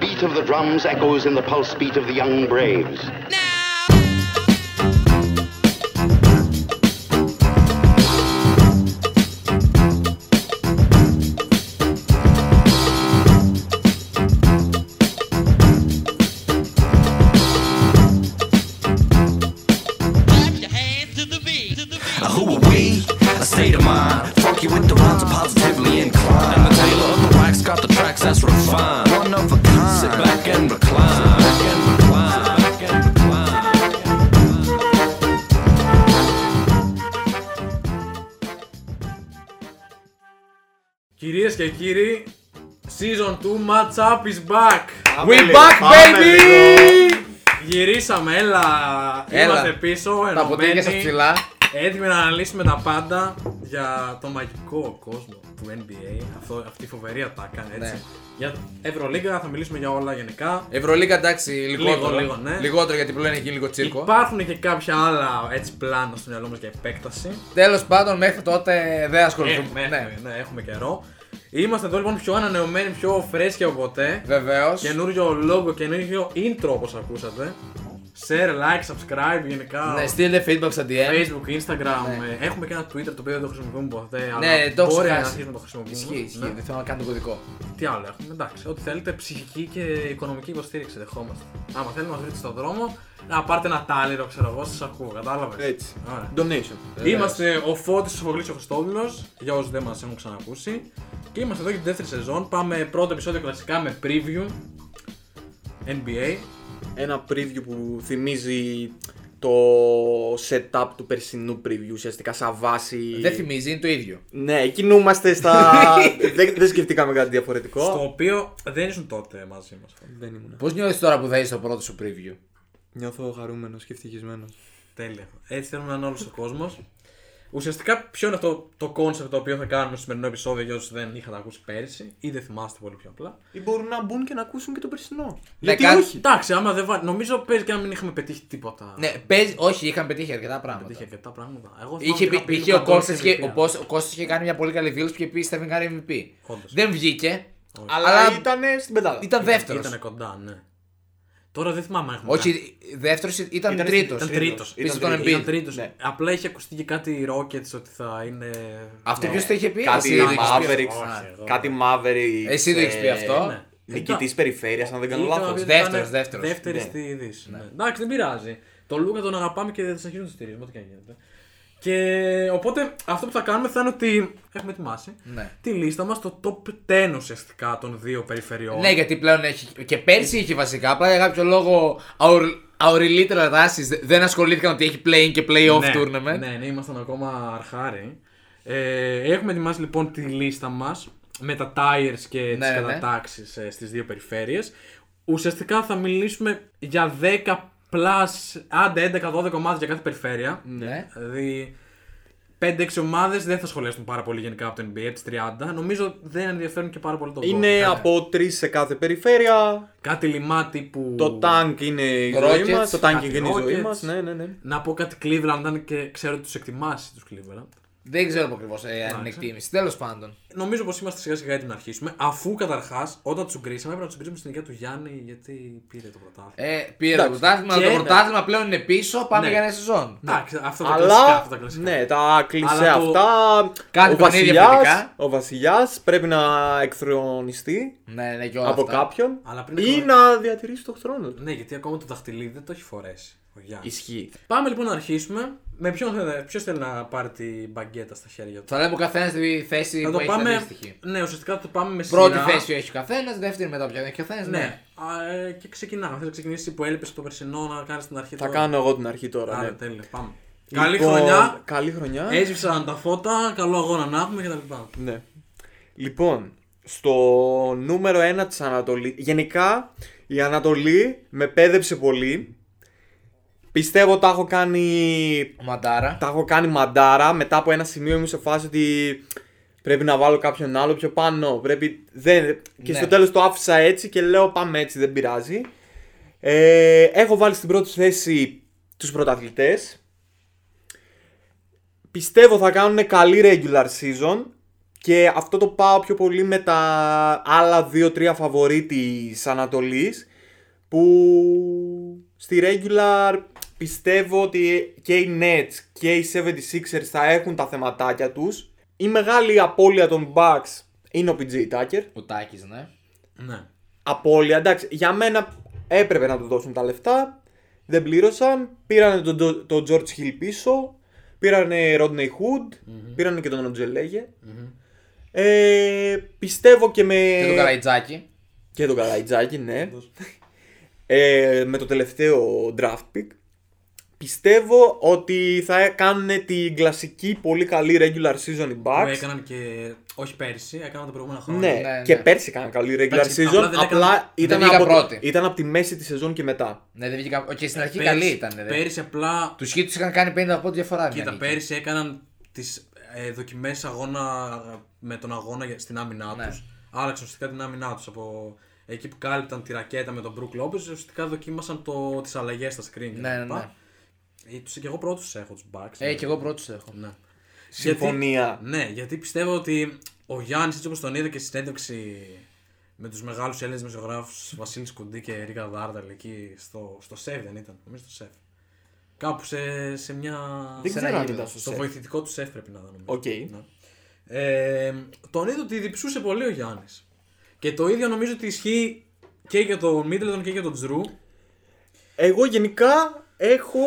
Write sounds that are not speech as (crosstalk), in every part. beat of the drums echoes in the pulse beat of the young braves. Clap your hands to the beat. To the beat. Uh, Who are we? A state of mind. Funky with the rhymes, I'm positively inclined. And the tailor of the wax got the tracks that's refined. One of a kind. Sit back and recline. Sit back and recline. Sit back and recline. Κυρίες και κύριοι, Season 2 Match Up is back! We back, baby! Γυρίσαμε, έλα! Έλα. Είμαστε πίσω, Τα ποτήρια σας ενωμένοι, ψηλά. έτοιμοι να αναλύσουμε τα πάντα για το μαγικό κόσμο του NBA, αυτό, αυτή η φοβερή ατάκα, έτσι. Ναι. Για Ευρωλίγκα θα μιλήσουμε για όλα γενικά. Ευρωλίγα εντάξει, λιγότερο. λίγο, ναι. Λιγότερο γιατί πλέον είναι εκεί λίγο τσίρκο. Υπάρχουν και κάποια άλλα έτσι πλάνα στο μυαλό μας για επέκταση. Τέλος πάντων, μέχρι τότε δεν ασχοληθούμε. Ε, ναι, ναι, ναι, έχουμε καιρό. Είμαστε εδώ λοιπόν πιο ανανεωμένοι, πιο φρέσκοι από ποτέ. βεβαίως. Καινούριο logo, καινούριο intro όπως ακούσατε. Share, like, subscribe γενικά. Ναι, στείλτε feedback στα DM. Facebook, Instagram. Ναι. ε, Έχουμε και ένα Twitter το οποίο δεν το χρησιμοποιούμε ποτέ. Αλλά Ναι, το έχω μπορεί να ξεχάσει. αρχίσουμε να το χρησιμοποιούμε. Ισχύει, ισχύει. Ναι. Δεν θέλω να κάνω το κωδικό. Τι άλλο έχουμε, εντάξει. Ό,τι θέλετε, ψυχική και οικονομική υποστήριξη δεχόμαστε. Άμα θέλετε, να μας βρείτε στον δρόμο, να πάρετε ένα τάλιρο, ξέρω εγώ, σας ακούω, κατάλαβες. Έτσι. Donation. Είμαστε ο Φώτης ο Φωγλής ο Χριστόδουλος, για όσους δεν μας έχουν ξανακούσει. Και είμαστε εδώ για τη δεύτερη σεζόν. Πάμε πρώτο επεισόδιο κλασικά με preview NBA. Ένα preview που θυμίζει το setup του περσινού preview ουσιαστικά σαν βάση. Δεν θυμίζει, είναι το ίδιο. Ναι, κινούμαστε στα. (laughs) δεν, δεν σκεφτήκαμε κάτι διαφορετικό. Στο οποίο δεν ήσουν τότε μαζί μας. Δεν ήμουν. Πώς νιώθεις τώρα που θα είσαι το πρώτο σου preview. Νιώθω χαρούμενος και ευτυχισμένος. Τέλεια. Έτσι θέλουμε να είναι όλος ο κόσμος. Ουσιαστικά ποιο είναι αυτό το κόνσεπτ το οποίο θα κάνουμε στο σημερινό επεισόδιο για όσους δεν είχατε ακούσει πέρυσι ή δεν θυμάστε πολύ πιο απλά. Ή μπορούν να μπουν και να ακούσουν και το Ναι, περσινό. κα- Εντάξει, άμα δεν βάλει. Νομίζω παίζει και να μην είχαμε πετύχει τίποτα. Ναι, παίζει, όχι, είχαν πετύχει αρκετά πράγματα. Είχε αρκετά πράγματα. Εγώ Είχε, πει- θυμάμαι είχε είχα ο πει Luka Κώστα Doncic και MVP, ο, Πος- ο Κώστας είχε κάνει μια πολύ καλή δήλωση και πίστευε να κάνει MVP. Όντως. Δεν βγήκε, Αλλά, αλλά ήταν, ήταν στην πεντάδα. δεύτερο. Ήταν κοντά, ναι. Τώρα δεν θυμάμαι αν έχουμε κάνει. Όχι, δεύτερος ήταν, Ήταν- τρίτο. Ήταν τρίτος. Πίσω Ήταν τον Ήταν Embiid. τρίτος. Ναι. Απλά είχε ακουστεί και κάτι οι Rockets ότι θα είναι. Αυτό Ναι. ποιος το είχε πει, Κάτι εσύ το έχεις πει αυτό. Mavericks. Όχι, εγώ. Κάτι Mavericks. Εσύ το έχεις πει ε, αυτό. Ναι. Νικητής περιφέρειας, αν δεν κάνω Ήταν- λάθος. ήταν- Δεύτερος, δεύτερος. Δεύτερη Ναι. στη Δύση. Ναι. Εντάξει, δεν πειράζει. Τον Λούκα τον αγαπάμε και δεν συνεχίζουμε να τον στηρίζουμε, ό,τι και αν γίνεται. Και οπότε αυτό που θα κάνουμε θα είναι ότι έχουμε ετοιμάσει Ναι. τη λίστα μας, το top 10 ουσιαστικά των δύο περιφερειών. Ναι, γιατί πλέον έχει. και πέρσι είχε βασικά. Απλά για κάποιο λόγο our, our little Russians δεν ασχολήθηκαν ότι έχει play-in και play-off ναι, tournament. Ναι, ναι, ήμασταν ακόμα αρχάρι. Ε, έχουμε ετοιμάσει λοιπόν τη λίστα μας με τα tires και τις Ναι, ναι, ναι. κατατάξεις ε, στις δύο περιφέρειες. Ουσιαστικά θα μιλήσουμε για 10 plus, άντε 11-12 ομάδες για κάθε περιφέρεια. Ναι. Δηλαδή 5-6 ομάδες δεν θα σχολιάσουν πάρα πολύ γενικά από το NBA, τις 30. Νομίζω δεν ενδιαφέρουν και πάρα πολύ το Είναι golf. από τρεις σε κάθε περιφέρεια. Κάτι λιμάτι που... Το tank είναι η Το ζωή Rockets, μας. Το tank κάτι είναι η ζωή Rockets. μας. Ναι, ναι, ναι. Να πω κάτι Cleveland, αν και ξέρω ότι τους εκτιμάσει τους Cleveland. Δεν ξέρω ακριβώς αν είναι εκτίμηση. Τέλος πάντων. Νομίζω πως είμαστε σιγά σιγά έτοιμοι να αρχίσουμε. Αφού καταρχάς, όταν τους γκρίσαμε, έπρεπε να τους γκρίσουμε στην υγεία του Γιάννη, γιατί πήρε το πρωτάθλημα. Ε, πήρε το πρωτάθλημα, και- αλλά το πρωτάθλημα πλέον είναι πίσω. Πάμε Ναι. για ένα σεζόν. Εντάξει, αυτό τα κλασικά. Αλλά Αυτά τα κλασικά. ναι, τα κλισέ Αλλά το- αυτά. Κάτι ο που είναι βασιλιάς, διαφορετικά. ο βασιλιάς πρέπει να εκθρονιστεί Ναι, ναι, και όλα από αυτά. κάποιον Αλλά πριν ή ακόμα- να διατηρήσει το θρόνο του. Ναι, γιατί ακόμα το δαχτυλίδι δεν το έχει φορέσει ο Γιάννης. Ισχύει. Πάμε λοιπόν να αρχίσουμε. Με ποιον θέλει, ποιος θέλει να πάρει την μπαγκέτα στα χέρια του. Θα λέμε ο καθένας τη θέση Θα που το έχεις πάμε. αντίστοιχη. Ναι, ουσιαστικά θα το πάμε με σειρά. Πρώτη θέση έχει ο καθένας, δεύτερη μετά πια έχει ο καθένας. Ναι. Α, ε, και ξεκινάμε. Θέλω να ξεκινήσει που έλειπες το περσινό να κάνεις την αρχή Θα τώρα. κάνω εγώ την αρχή τώρα. Άρα, Ναι. τέλεια. Πάμε. Καλή Λοιπόν, χρονιά. Ε- Καλή χρονιά. Έσβησαν τα φώτα. Καλό αγώνα να έχουμε κτλ. Ναι. Λοιπόν, στο νούμερο 1 της Ανατολή. Γενικά, η Ανατολή με πέδεψε πολύ. Πιστεύω τα έχω κάνει Ο Μαντάρα. τα έχω κάνει μαντάρα. Μετά από ένα σημείο ήμουν σε φάση ότι πρέπει να βάλω κάποιον άλλο πιο πάνω. Πρέπει... Δεν... Και Ναι. στο τέλος το άφησα έτσι και λέω πάμε έτσι, δεν πειράζει. Ε, έχω βάλει στην πρώτη θέση τους πρωταθλητές. Πιστεύω θα κάνουν καλή regular season Και αυτό το πάω πιο πολύ με τα άλλα 2-3 φαβορή της Ανατολής που στη regular πιστεύω ότι και οι Nets και οι 76ers θα έχουν τα θεματάκια τους. Η μεγάλη απώλεια των Bucks είναι ο PJ Tucker. Ο Τάκης, ναι. Ναι. Απώλεια, εντάξει, για μένα έπρεπε να του δώσουν τα λεφτά. Δεν πλήρωσαν. Πήρανε τον, Τζο- τον George Hill πίσω. Πήρανε Rodney Hood. Πήρανε και τον ροντζελεγε Ε, πιστεύω και με. Ε, Και τον Καραϊτζάκη. Και τον Καραϊτζάκη, ναι. ε, με το τελευταίο draft pick. Πιστεύω ότι θα κάνουν την κλασική πολύ καλή regular season οι Που Bucks. έκαναν και. Όχι πέρσι, έκαναν τα προηγούμενα Ναι, χρόνια. ναι. και πέρσι έκαναν καλή regular Εντάξει, season. απλά δεν Απλά, έκαναν- ήταν, δεν βγήκαν από, πρώτοι. ήταν από τη μέση της σεζόν και μετά. Ναι, δεν βγήκε κα- Και στην αρχή Πέρσι- καλή ήταν. Δε. Πέρσι απλά. Τους χίτου είχαν κάνει 50 πόντια διαφορά. μια Κοίτα, νίκη. πέρσι έκαναν τις ε, δοκιμές αγώνα με τον αγώνα για- στην άμυνά Ναι. τους. Άλλαξαν ουσιαστικά την άμυνά τους. Από εκεί που κάλυπταν τη ρακέτα με τον Μπρουκ Λόμπε, ουσιαστικά δοκίμασαν το... τις αλλαγές στα screen. Ναι, ναι, ναι. Ε, Τους, και εγώ πρώτους έχω τους Bucks. Ε, και εγώ πρώτο έχω. Ναι. Συμφωνία. Γιατί, ναι, γιατί πιστεύω ότι ο Γιάννης, έτσι όπως τον είδα και στη συνέντευξη με τους μεγάλους Έλληνες μεσογράφου Βασίλης Κουντή και Ρίκα Δάρδαλ εκεί στο, στο σεφ δεν ήταν. Νομίζω στο σεφ. Κάπου σε, σε μια. Δεν σε- ξέρω αν γήπεδο. ήταν στο στο σεφ. βοηθητικό του σεφ πρέπει να ήταν. νομίζω. Οκ. Ναι. Ε, τον είδα ότι διψούσε πολύ ο Γιάννης. Και το ίδιο νομίζω ότι ισχύει και για τον Μίτλετον και για τον Τζρου. Εγώ γενικά έχω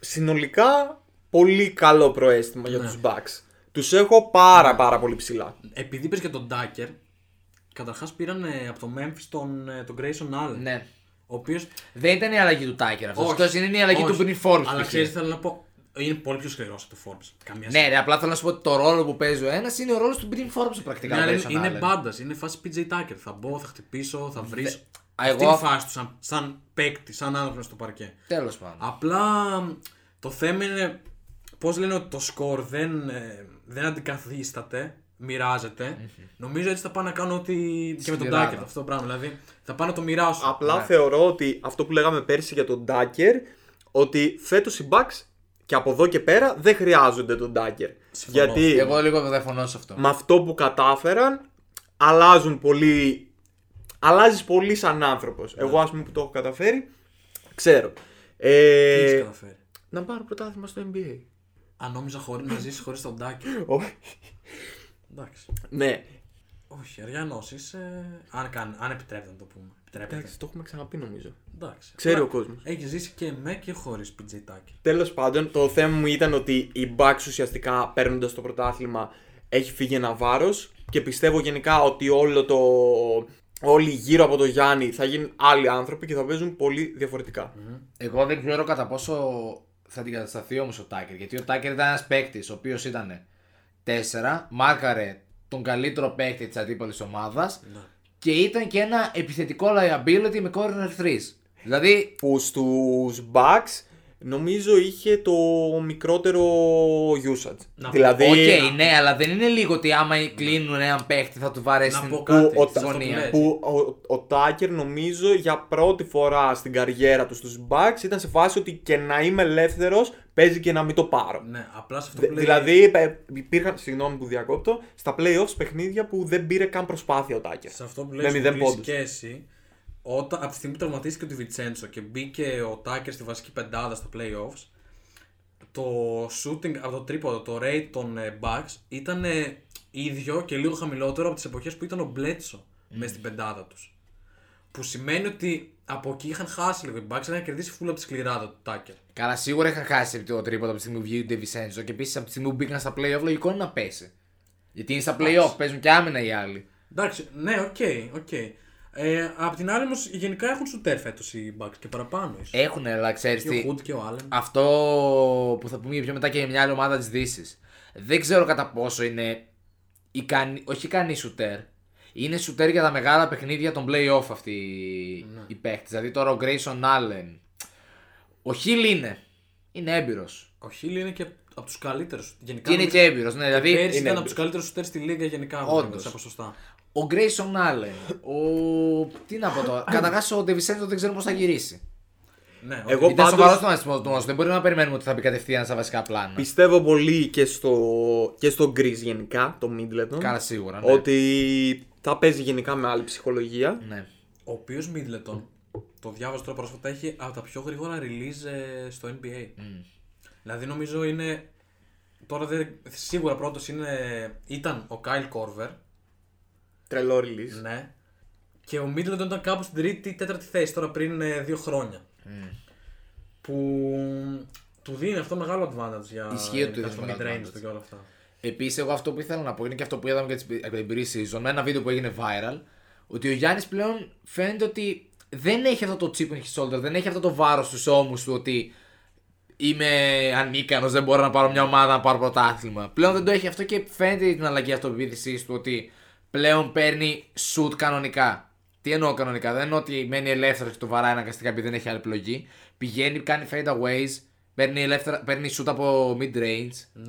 συνολικά πολύ καλό προαίσθημα Ναι. για τους Bucks. Τους έχω πάρα πάρα πολύ ψηλά. Επειδή πήρες και τον Ντάκερ, καταρχάς πήραν ε, από το Memphis τον, ε, τον Grayson Allen. Ναι. Ο οποίος Δεν ήταν η αλλαγή του Τάκερ αυτός. Όχι. Αυτός είναι η αλλαγή Όχι. του Μπριν Forbes. Αλλά π.χ. ξέρει, θέλω να πω. Είναι πολύ πιο σκληρός από το Forbes. Καμία σχέση. Ναι, ρε, απλά θέλω να σου πω ότι το ρόλο που παίζει ο ένας είναι ο ρόλος του Μπριν Forbes πρακτικά. Ναι, ο αλλά Grayson είναι, είναι Allen. μπάντας, είναι φάση PJ Tucker. Θα μπω, θα χτυπήσω, θα βρει. Α, Αυτή εγώ- είναι η φάση του, σαν, σαν παίκτη, σαν άνθρωπος στο παρκέ. Τέλος πάντων. Απλά μ, το θέμα είναι πώς λένε ότι το σκορ δεν, ε, δεν αντικαθίσταται, μοιράζεται. Νομίζω έτσι θα πάω να κάνω ότι. και με τον σκληράδα. Tucker αυτό το πράγμα. Δηλαδή θα πάω να το μοιράσω. Απλά θεωρώ ότι αυτό που λέγαμε πέρσι για τον Ντάκερ, ότι φέτος οι Bucks και από εδώ και πέρα δεν χρειάζονται τον Ντάκερ. Συμφωνώ. Γιατί Εγώ λίγο διαφωνώ σε αυτό. με αυτό που κατάφεραν αλλάζουν πολύ. Αλλάζεις πολύ σαν άνθρωπος. Εγώ, ας πούμε, που το έχω καταφέρει, ξέρω. Τι έχεις Ε, καταφέρει. να πάρω πρωτάθλημα στο NBA. Αν νόμιζα χωρί να ζήσεις χωρίς τον Tucker. Ω, Εντάξει. ναι. Όχι, αργιανό είσαι. Αν, καν, αν επιτρέπεται να το πούμε. Επιτρέπεται. Εντάξει, το έχουμε ξαναπεί νομίζω. Εντάξει. Ξέρει ο κόσμος. Έχεις ζήσει και με και χωρίς πιτζετάκι. Τέλος πάντων, το θέμα μου ήταν ότι η Bucks ουσιαστικά παίρνοντας το πρωτάθλημα έχει φύγει ένα βάρος και πιστεύω γενικά ότι όλο το. Όλοι γύρω από το Γιάννη θα γίνουν άλλοι άνθρωποι και θα παίζουν πολύ διαφορετικά. Εγώ δεν ξέρω κατά πόσο θα την κατασταθεί όμως ο Τάκερ. Γιατί ο Τάκερ ήταν ένας παίκτης ο οποίος ήταν 4, μάρκαρε τον καλύτερο παίκτη της αντίπαλης ομάδας Ναι. και ήταν και ένα επιθετικό liability με corner 3. Δηλαδή, Που στους Bucks νομίζω είχε το μικρότερο usage. Να- δηλαδή, οκ, ναι, αλλά δεν είναι λίγο ότι άμα κλείνουν έναν παίκτη θα του βάρε Να στην πω που, κάτι. ο, σε αυτό γωνία. λες. που ο, ο Τάκερ νομίζω για πρώτη φορά στην καριέρα του στους Bucks ήταν σε φάση ότι και να είμαι ελεύθερος παίζει και να μην το πάρω. Ναι, απλά σε αυτό Δε- που λέει. Δηλαδή, πε- υπήρχαν, συγγνώμη που διακόπτω, στα playoffs παιχνίδια που δεν πήρε καν προσπάθεια ο Τάκερ. Σε αυτό που με λέει. μηδέν Με πόντους. και εσύ. Όταν, από τη στιγμή που τραυματίστηκε ο Βιτσέντσο και μπήκε ο Τάκερ στη βασική πεντάδα στα playoffs, το shooting από το τρίποδο, το rate των ε, Bucks ήταν ε, ίδιο και λίγο χαμηλότερο από τις εποχές που ήταν ο Μπλέτσο μέσα στην πεντάδα τους. Που σημαίνει ότι από εκεί είχαν χάσει λίγο οι Bucks, είχαν κερδίσει φούλα από τη σκληράδα του Τάκερ. Καλά, σίγουρα είχαν χάσει το τρίποδο από τη στιγμή που βγήκε ο Ντεβισέντζο και επίσης από τη στιγμή που μπήκαν στα playoff, λογικό είναι να πέσει. Γιατί είναι στα playoff, παίζουν και άμυνα οι άλλοι. Εντάξει, ναι, οκ, οκ. Ε, απ' την άλλη όμως γενικά έχουν σουτέρ φέτος οι Bucks και παραπάνω. ίσως. Έχουν, αλλά ξέρεις και ο τι. Hood και ο Allen. Αυτό που θα πούμε και πιο μετά και για μια άλλη ομάδα της Δύσης. Δεν ξέρω κατά πόσο είναι. Ικανή, όχι ικανή σουτέρ. Είναι σουτέρ για τα μεγάλα παιχνίδια των playoff αυτοί οι παίχτε. Δηλαδή τώρα ο Grayson Allen. Ο Χιλ είναι. Είναι έμπειρος. Ο Hill είναι και από τους καλύτερους. Γενικά Και είναι νομίζω- και έμπειρος. Ναι, δηλαδή. Πέρσι ήταν έμπειρος. από τους καλύτερους σουτέρ στη Λίγα γενικά. Όντως. Όντως. Τα ποσοστά. Ο Grayson Allen. Ο. Τι να πω τώρα. Καταρχάς ο Ντεβισέντο δεν ξέρουμε πώς θα γυρίσει. Ναι, οκ. Εγώ Ήταν πάντως- σοβαρό τον αριθμό του Δεν μπορούμε να περιμένουμε ότι θα μπει κατευθείαν στα βασικά πλάνα. Πιστεύω πολύ και στο, και στο Greece γενικά, το Middleton. Καλά, σίγουρα, ναι. Ότι θα παίζει γενικά με άλλη ψυχολογία. Ναι. Ο οποίος Middleton, το διάβαζα τώρα πρόσφατα, έχει από τα πιο γρήγορα release ε, στο NBA. Δηλαδή νομίζω είναι. Τώρα δεν, σίγουρα πρώτος είναι. ήταν ο Kyle Corver. Τρελό release. Ναι. Και ο Middleton ήταν κάπου στην τρίτη ή τέταρτη θέση τώρα πριν ε, δύο χρόνια. Mm. Που του δίνει αυτό μεγάλο advantage για, Ισχύει ότι του για δίνει το μεγάλο mid-range advantage. του και όλα αυτά. Επίσης, εγώ αυτό που ήθελα να πω είναι και αυτό που είδαμε και τις- από την pre-season με ένα βίντεο που έγινε viral. Ότι ο Γιάννης πλέον φαίνεται ότι δεν έχει αυτό το chip on his shoulder, δεν έχει αυτό το βάρος στους ώμους του ότι είμαι ανίκανος, δεν μπορώ να πάρω μια ομάδα να πάρω πρωτάθλημα. Πλέον δεν το έχει αυτό και φαίνεται την αλλαγή αυτοπεποίθησής του ότι πλέον παίρνει shoot κανονικά. Τι εννοώ κανονικά, δεν εννοώ ότι μένει ελεύθερος και το βαράει αναγκαστικά επειδή δεν έχει άλλη επιλογή. Πηγαίνει, κάνει fadeaways, παίρνει, ελεύθερα, παίρνει shoot από mid-range.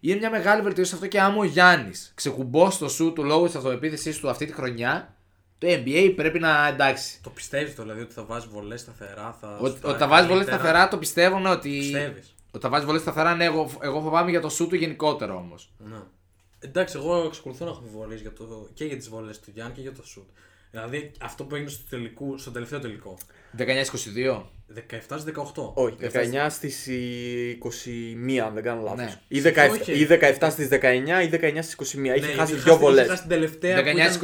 Είναι μια μεγάλη βελτίωση αυτό και άμα ο Γιάννης ξεκουμπώσει το σου του λόγω της αυτοεπίθεση του αυτή τη χρονιά, το NBA πρέπει να εντάξει. Το πιστεύεις το δηλαδή ότι θα βάζεις βολές σταθερά. Θα Ότι σουτάρει ότι τα βάζεις βολές καλύτερα. σταθερά το πιστεύω ναι, ότι. Πιστεύεις. Ότι τα βάζεις βολές σταθερά, ναι, εγώ, εγώ φοβάμαι για το σου του γενικότερο όμως. Ναι. Εντάξει, εγώ εξακολουθώ να έχω αμφιβολίε για το... και για τις βολές του Γιάννη και για το σουτ. Δηλαδή αυτό που έγινε στο, τελικού, στο τελευταίο τελικό. 19-22. Ε, 17-18. Όχι, 19 στι 21, αν δεν κάνω λάθο. Ναι. Ή, 17, Όχι. ή 17 στι 19 ή 19 στι 21. είχε χάσει είχε δύο την- βολέ. Είχε χάσει την τελευταία. που ήταν-